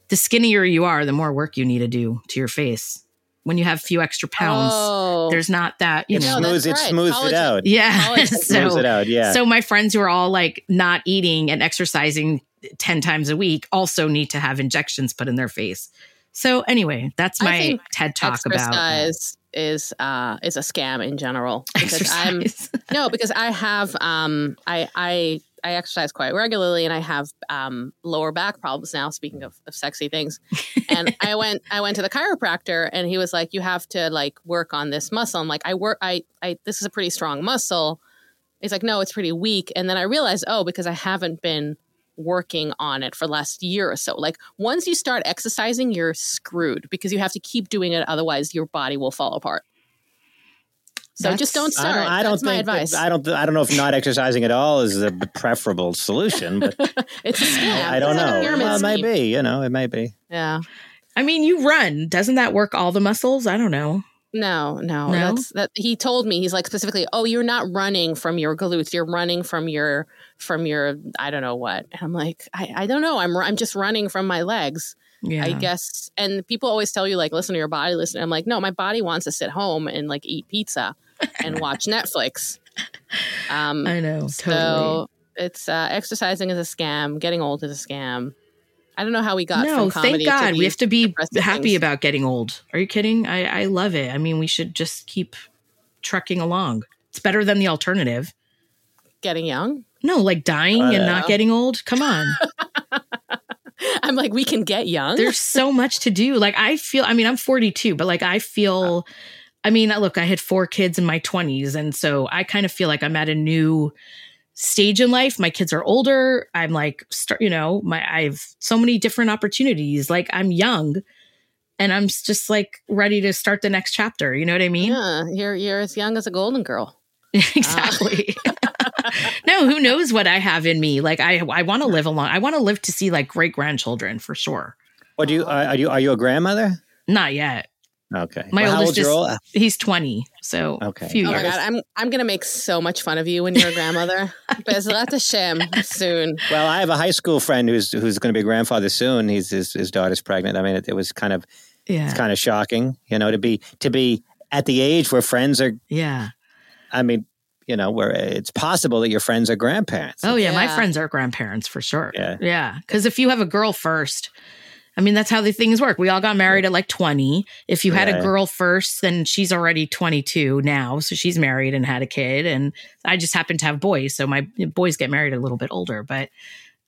B: the skinnier you are, the more work you need to do to your face. When you have few extra pounds,
A: Oh.
B: there's not that you
C: It
B: know.
A: No, that's
C: smooths it
A: right.
C: smooths
A: Collagen.
C: it out.
A: Oh,
B: yeah,
A: it
C: smooths it
B: so
C: out. Yeah.
B: so my friends who are all like not eating and exercising ten times a week also need to have injections put in their face. So anyway, that's
A: I
B: my
A: think
B: TED talk about uh,
A: exercise is uh is a scam in general because I'm
B: exercise.
A: no because I have um I I I exercise quite regularly and I have um lower back problems now speaking of, of sexy things and I went I went to the chiropractor and he was like you have to like work on this muscle I'm like I work I I this is a pretty strong muscle He's like, no, it's pretty weak. And then I realized, oh, because I haven't been working on it for the last year or so. Like once you start exercising, you're screwed because you have to keep doing it. Otherwise, your body will fall apart. So just
B: That's-
A: don't
C: I
A: start.
C: don't, I don't
A: That's
C: think
A: my
C: that-
A: advice.
C: I don't I don't know if not exercising at all is the preferable solution, but
A: it's a scam.
C: I don't
A: It's like a
C: know.
A: pyramid
C: Well,
A: scheme.
C: maybe, you know, it may be.
A: Yeah.
B: I mean, you run. Doesn't that work all the muscles? I don't know.
A: No, no,
B: No?
A: That's that he told me. He's like specifically, "Oh, you're not running from your glutes. You're running from your from your I don't know what." And I'm like, "I I don't know. I'm ru- I'm just running from my legs."
B: Yeah.
A: I guess. And people always tell you like, listen to your body. Listen, I'm like, no, my body wants to sit home and like eat pizza and watch Netflix. Um,
B: I know. Totally.
A: so it's uh, exercising is a scam. Getting old is a scam. I don't know how we got
B: no,
A: from comedy.
B: thank God.
A: to
B: We have to be
A: depressing
B: happy
A: things.
B: about getting old. Are you kidding? I, I love it. I mean, we should just keep trekking along. It's better than the alternative.
A: getting young.
B: No, like dying
C: I
B: and
C: don't
B: not
C: know.
B: getting old. Come on.
A: I'm like, we can get young.
B: There's so much to do. Like, I feel, I mean, I'm 42, but like, I feel, I mean, look, I had four kids in my 20s. And so I kind of feel like I'm at a new stage in life. My kids are older. I'm like, start, you know, my, I have so many different opportunities. Like, I'm young and I'm s- just like ready to start the next chapter. You know what I mean?
A: yeah, you're you're as young as a golden girl.
B: exactly. no, who knows what I have in me? Like I, I want to live along. I want to live to see like great grandchildren for sure.
C: What do you are, are you are you a grandmother?
B: Not yet.
C: Okay.
B: My
C: Well, how
B: oldest
C: old's your
B: is-
C: old-
B: He's twenty, so
C: Okay.
B: a few
A: Oh my
B: years.
A: god, I'm I'm gonna make so much fun of you when you're a grandmother. Bezrat Hashem soon.
C: Well, I have a high school friend who's who's going to be a grandfather soon. He's his, his daughter's pregnant. I mean, it, it was kind of
B: yeah,
C: it's kind of shocking, you know, to be to be at the age where friends are.
B: yeah.
C: I mean, you know, where it's possible that your friends are grandparents.
B: Oh yeah, my
A: Yeah.
B: friends are grandparents for sure.
C: Yeah.
B: yeah. Because if you have a girl first, I mean that's how the things work. We all got married at like twenty. If you had
C: Yeah.
B: a girl first, then she's already twenty two now, so she's married and had a kid. And I just happen to have boys, so my boys get married a little bit older. But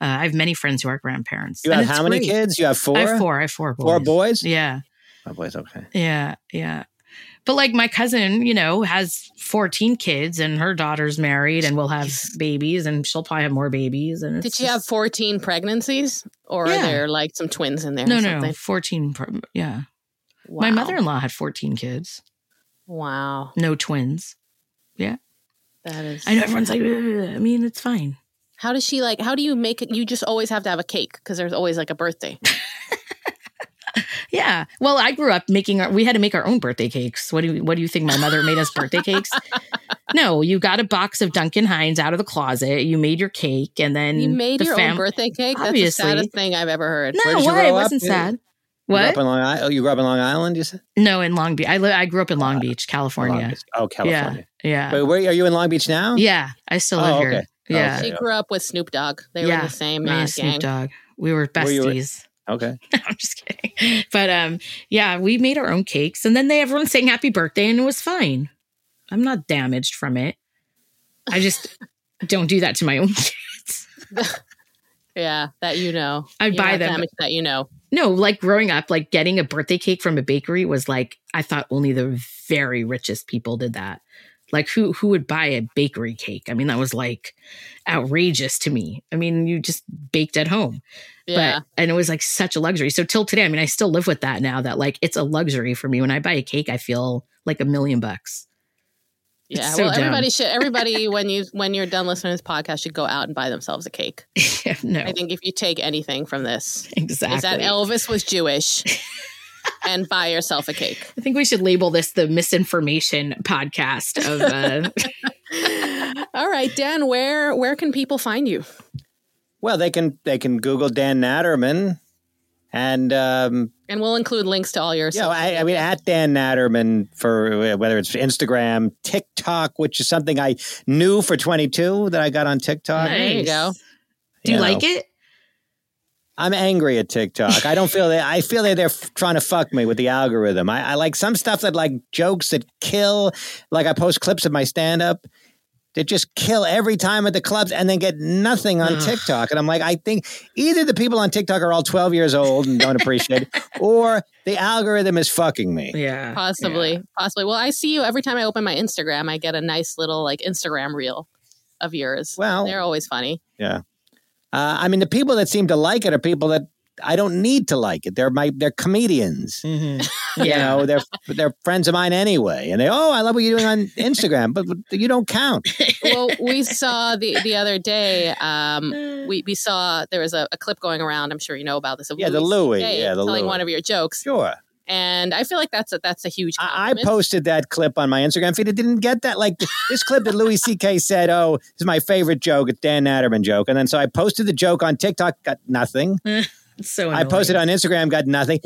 B: uh, I have many friends who are grandparents.
C: you
B: And
C: have
B: it's
C: how many
B: great.
C: kids? You have four.
B: I have four. I have four boys.
C: Four boys.
B: Yeah,
C: Oh, boys. Okay.
B: yeah, yeah. But like my cousin, you know, has 14 kids and her daughter's married and will have babies and she'll probably have more babies. And
A: Did
B: it's
A: she
B: just-
A: have 14 pregnancies, or are
B: Yeah.
A: there like some twins in there?
B: No,
A: or
B: no,
A: something?
B: 14. pro- Yeah.
A: Wow.
B: My mother in law had 14 kids,
A: Wow,
B: no twins.
A: that is.
B: I know everyone's like, "Ugh." I mean, it's fine.
A: How does she like? How do you make it? You just always have to have a cake because there's always like a birthday.
B: Yeah. Well, I grew up making our, we had to make our own birthday cakes. What do you, what do you think? My mother made us birthday cakes? No, you got a box of Duncan Hines out of the closet. You made your cake and then
A: you made
B: the
A: your
B: fam-
A: own birthday cake. That's the
B: Obviously.
A: saddest thing I've ever heard.
C: Where
B: No,
C: did you
B: why?
C: grow
B: It
C: up?
B: wasn't sad.
C: You grew
B: What?
C: up in Long Island. Oh, you grew up in Long Island. You said
B: No, in Long Beach. I, li- I grew up in Long Beach, California.
C: Long Beach. Oh, California.
B: Yeah.
C: But where are you in Long Beach now?
B: yeah. I still
C: Oh,
B: live here.
C: okay.
B: Yeah.
A: She
C: Yeah.
A: grew up with Snoop Dogg. They were
B: Yeah.
A: in the same
B: Me
A: uh,
B: and Snoop
A: gang.
B: Dogg. We were
C: Were you-
B: besties.
C: Okay.
B: I'm just kidding. But um, yeah, we made our own cakes and then they everyone sang happy birthday and it was fine. I'm not damaged from it. I just don't do that to my own kids.
A: Yeah, that you know.
B: I'd
A: You
B: buy
A: know,
B: them.
A: damage That you know.
B: No, like growing up, like getting a birthday cake from a bakery was like I thought only the very richest people did that. Like who who would buy a bakery cake? I mean, that was like outrageous to me. I mean, you just baked at home.
A: Yeah.
B: But and it was like such a luxury. So till today, I mean, I still live with that now that like it's a luxury for me. When I buy a cake, I feel like a million bucks. it's
A: Yeah,
B: so
A: well,
B: dumb.
A: everybody should. Everybody, when you when you're done listening to this podcast, should go out and buy themselves a cake.
B: no,
A: I think if you take anything from this,
B: exactly.
A: is that Elvis was Jewish, and buy yourself a cake.
B: I think we should label this the misinformation podcast of uh,
A: All right, Dan, where where can people find you?
C: Well, they can they can Google Dan Natterman, and um,
A: And we'll include links to all your.
C: Yeah, I, I mean, at Dan Natterman for uh, whether it's Instagram, TikTok, which is something I knew for 22 that I got on TikTok.
A: Nice. you go.
B: Do you
C: You know.
B: like it?
C: I'm angry at TikTok. I don't feel that. I feel that they're f- trying to fuck me with the algorithm. I, I like some stuff that like jokes that kill. Like I post clips of my stand up that just kill every time at the clubs and then get nothing on
B: Ugh.
C: TikTok. And I'm like, I think either the people on TikTok are all 12 years old and don't appreciate it, or the algorithm is fucking me.
B: Yeah,
A: possibly, possibly. Well, I see you every time I open my Instagram. I get a nice little like Instagram reel of yours.
C: Well-
A: they're always funny.
C: Uh, I mean, the people that seem to like it are people that I don't need to like it. They're my they're comedians.
B: Yeah.
C: You know, they're they're friends of mine anyway, and they oh, I love what you're doing on Instagram, but but you don't count.
A: well, we saw the the other day. Um, we we saw there was a, a clip going around. I'm sure you know about this. Of
C: Yeah, the Louis.
A: CK
C: Yeah, the
A: telling
C: Louis.
A: one of your jokes,
C: Sure,
A: and I feel like that's a that's a huge.
C: I, I
A: compliment.
C: posted that clip on my Instagram feed. It didn't get that like this clip that Louis C.K. said. Oh, this is my favorite joke. It's Dan Natterman joke, and then so I posted the joke on TikTok, got nothing.
B: It's so
C: I posted on Instagram, got nothing.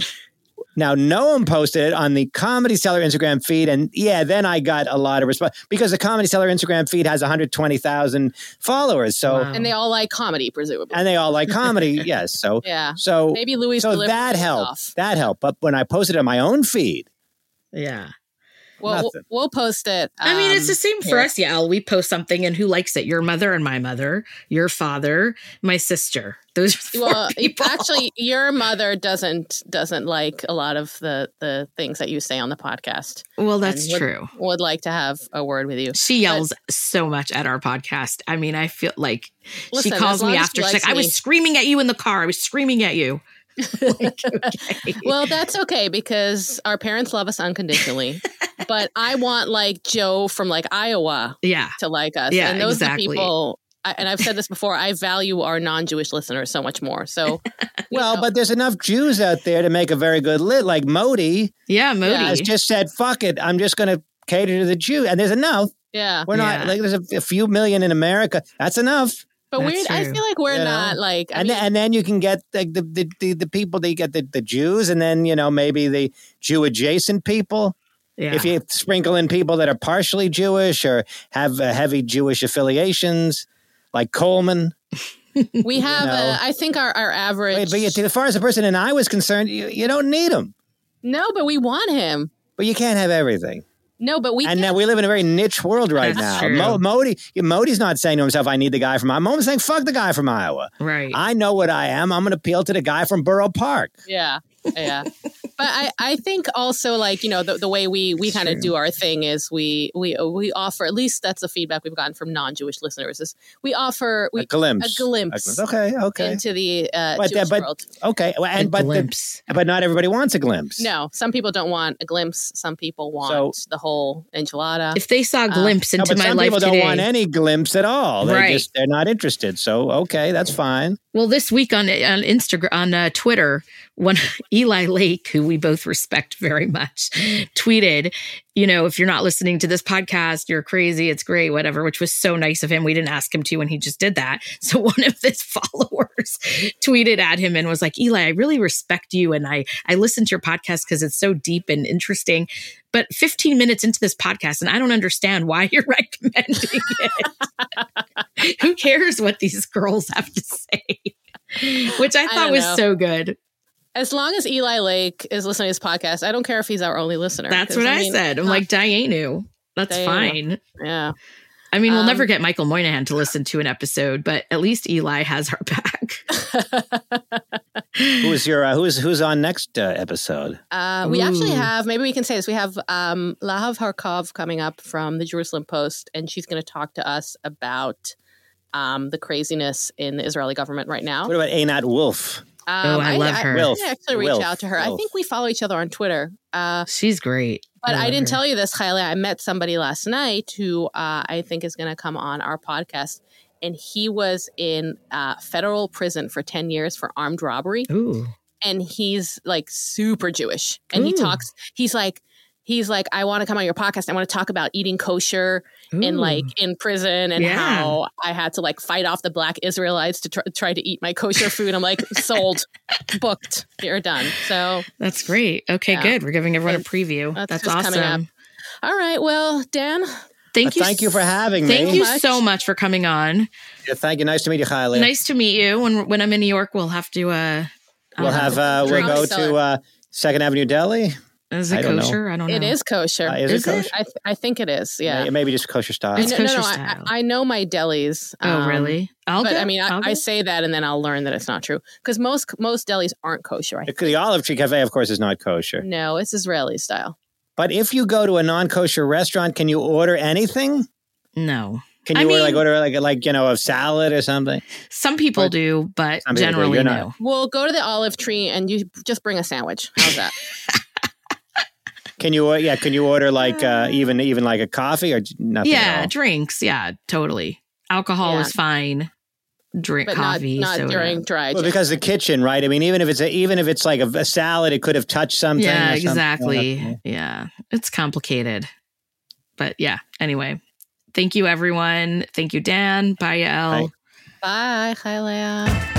C: Now, no one posted it on the Comedy Seller Instagram feed. And yeah, then I got a lot of response because the Comedy Seller Instagram feed has 120,000 followers. So,
B: Wow.
A: and they all like comedy, presumably.
C: and they all like comedy. yes. So,
A: yeah,
C: so,
A: maybe Louis.
C: so
A: delivered
C: that
A: the
C: helped.
A: stuff.
C: That helped. But when I posted it on my own feed,
B: Yeah.
A: Well,
C: Nothing.
A: we'll post it.
B: I mean, it's
A: um,
B: the same for
A: here.
B: us, yeah. We post something, and who likes it? Your mother and my mother, your father, my sister. Those are the four
A: Well,
B: people.
A: actually, your mother doesn't doesn't like a lot of the the things that you say on the podcast.
B: well, that's
A: and what-
B: true.
A: Would like to have a word with you.
B: She yells so much at our podcast. I mean, I feel like
A: Listen,
B: she
A: as
B: calls
A: long
B: me
A: as she
B: after. She's
A: likes
B: like, "I was
A: me."
B: screaming at you in the car. I was screaming at you." like, okay.
A: Well, that's okay because our parents love us unconditionally. but I want like Joe from like Iowa
B: yeah.
A: to like us.
B: Yeah,
A: and those
B: exactly.
A: are people. I, and I've said this before. I value our non-Jewish listeners so much more. So,
C: Well,
A: know.
C: but there's enough Jews out there to make a very good lit. Like Modi
B: Yeah, Modi.
C: has just said, "Fuck it, I'm just going to cater to the Jew," and there's enough.
A: yeah.
C: We're
B: Yeah.
C: not like there's a, a few million in America. That's enough.
A: But
B: That's
A: we're, I
B: true.
A: feel like we're
C: You know?
A: not like. I
C: and
A: mean,
C: then, and then you can get like the the, the, the people that you get the, the Jews, and then you know maybe the Jew adjacent people.
B: yeah.
C: If you sprinkle in people that are partially Jewish or have uh, heavy Jewish affiliations, like Coleman.
A: we have.
C: know.
A: a, I think our our average.
C: But, but you, as far as the person in I was concerned, you, you don't need them.
A: no, but we want him.
C: But you can't have everything.
A: No, but we. can't-
C: and now we live in a very niche world right
B: That's
C: now.
B: true.
C: Mo- Modi, Modi's not saying to himself, "I need the guy from Iowa." Modi's saying, "Fuck the guy from Iowa."
B: right.
C: I know what I am. I'm going to appeal to the guy from Borough Park.
A: Yeah. Yeah. but I, I think also like, you know, the, the way we, we kind of do our thing is we, we, uh, we offer, at least that's the feedback we've gotten from non-Jewish listeners is we offer
C: a
A: we,
C: glimpse.
A: a glimpse.
C: Okay. Okay.
A: into the uh,
C: But that-
A: Jewish
C: but-
A: world.
C: okay. Well, and
B: A
C: but the,
B: glimpse.
C: but not everybody wants a glimpse.
A: No, some people don't want a glimpse. Some people want the whole enchilada.
B: if they
A: Uh,
B: saw a glimpse
C: No,
B: into
C: but
B: my
C: some
B: life
C: people
B: today,
C: don't want any glimpse at all. They
B: Right.
C: just they're not interested. So okay, that's fine.
B: Well, this week on on Instagram on uh, Twitter, one Eli Lake, who we both respect very much, tweeted, "You know, if you're not listening to this podcast, you're crazy. It's great, whatever." Which was so nice of him. We didn't ask him to, and he just did that. So one of his followers tweeted at him and was like, "Eli, I really respect you, and I I listen to your podcast because it's so deep and interesting." But 15 minutes into this podcast, and I don't understand why you're recommending it. Who cares what these girls have to say? Which I
A: I
B: thought
A: don't
B: was
A: know.
B: so good.
A: As long as Eli Lake is listening to this podcast, I don't care if he's our only listener.
B: That's
A: 'cause,
B: what I,
A: mean,
B: said. I'm
A: uh,
B: like, Dianu. That's
A: Dianu.
B: fine.
A: yeah.
B: I mean, we'll
A: Um,
B: never get Michael Moynihan to listen to an episode, but at least Eli has our back.
C: Who's your uh, who's who's on next uh, episode?
A: Uh, we actually
B: Ooh.
A: have, maybe we can say this. We have um, Lahav Harkov coming up from the Jerusalem Post, and she's going to talk to us about um, the craziness in the Israeli government right now.
C: What about Anat Wolf?
A: Um,
B: Oh, I love her.
A: I,
C: Wilf,
A: didn't actually reach
C: Wilf,
A: out to her. I
C: Wilf.
A: think we follow each other on Twitter. Uh,
B: She's great.
A: but I,
B: love
A: didn't
B: her.
A: tell you this, Kylie. I met somebody last night who uh, I think is going to come on our podcast, and he was in uh, federal prison for ten years for armed robbery.
B: Ooh.
A: and he's like super Jewish. And he
B: Ooh.
A: talks, he's like, he's like, I want to come on your podcast. I want to talk about eating kosher and
B: Ooh.
A: like in prison and
B: Mm. Yeah.
A: how I had to like fight off the black Israelites to try, try to eat my kosher food. I'm like, sold, booked, you're done. So,
B: That's great. Okay,
A: Yeah.
B: good. We're giving everyone a
A: That's-
B: preview.
A: that's
B: That's,
A: who's coming
B: awesome.
A: all right. Well, Dan,
B: Thank
C: Uh,
B: you.
C: thank you for having
B: Thank
C: me.
B: you
A: much.
B: so much for coming on.
C: Yeah, Thank you. Nice to meet you, Kylie.
B: Nice to meet you. When when I'm in New York, we'll have to. uh
C: We'll have uh, we'll
A: Drunk
C: go
A: seller.
C: to uh, Second Avenue Deli.
B: Is it
C: I don't know.
B: kosher? I don't know.
A: it is kosher.
C: Uh, is,
B: Oh, Is
C: it
B: it?
C: kosher?
A: I, th- I think it is. Yeah.
C: It may be just kosher style.
A: I
B: It's
A: know, no,
B: kosher
A: no, I,
B: style.
A: I I know my delis.
B: Oh,
A: um,
B: really? I'll
A: but
B: go.
A: I mean, I,
B: I'll go.
A: I say that, and then I'll learn that it's not true because most most delis aren't kosher. I
C: The, the Olive Tree Cafe, of course, is not kosher.
A: No, it's Israeli style.
C: But if you go to a non-kosher restaurant, can you order anything?
B: no.
C: Can
B: I
C: you order, like
B: mean-
C: order like like you know a salad or something?
B: Some people
C: Or-
B: do, but
C: Some people do.
B: generally
C: You're
B: no.
C: not-
A: We'll go to the olive tree and you just bring a sandwich. How's that?
C: Can you or- yeah? Can you order like uh, even even like a coffee or j- nothing? at
B: Yeah,
C: all?
B: drinks. Yeah, totally. Alcohol
A: Yeah.
B: is fine. Drink
A: but
B: coffee.
A: not not
B: soda.
A: during dry.
C: Well,
A: gin.
C: because the kitchen, right? I mean, even if it's a, even if it's like a, a salad, it could have touched something.
B: Yeah,
C: or something.
B: exactly. Yeah, it's complicated. But yeah, anyway, thank you, everyone. Thank you, Dan. Bye, El.
C: Bye.
A: Bye, Chaya.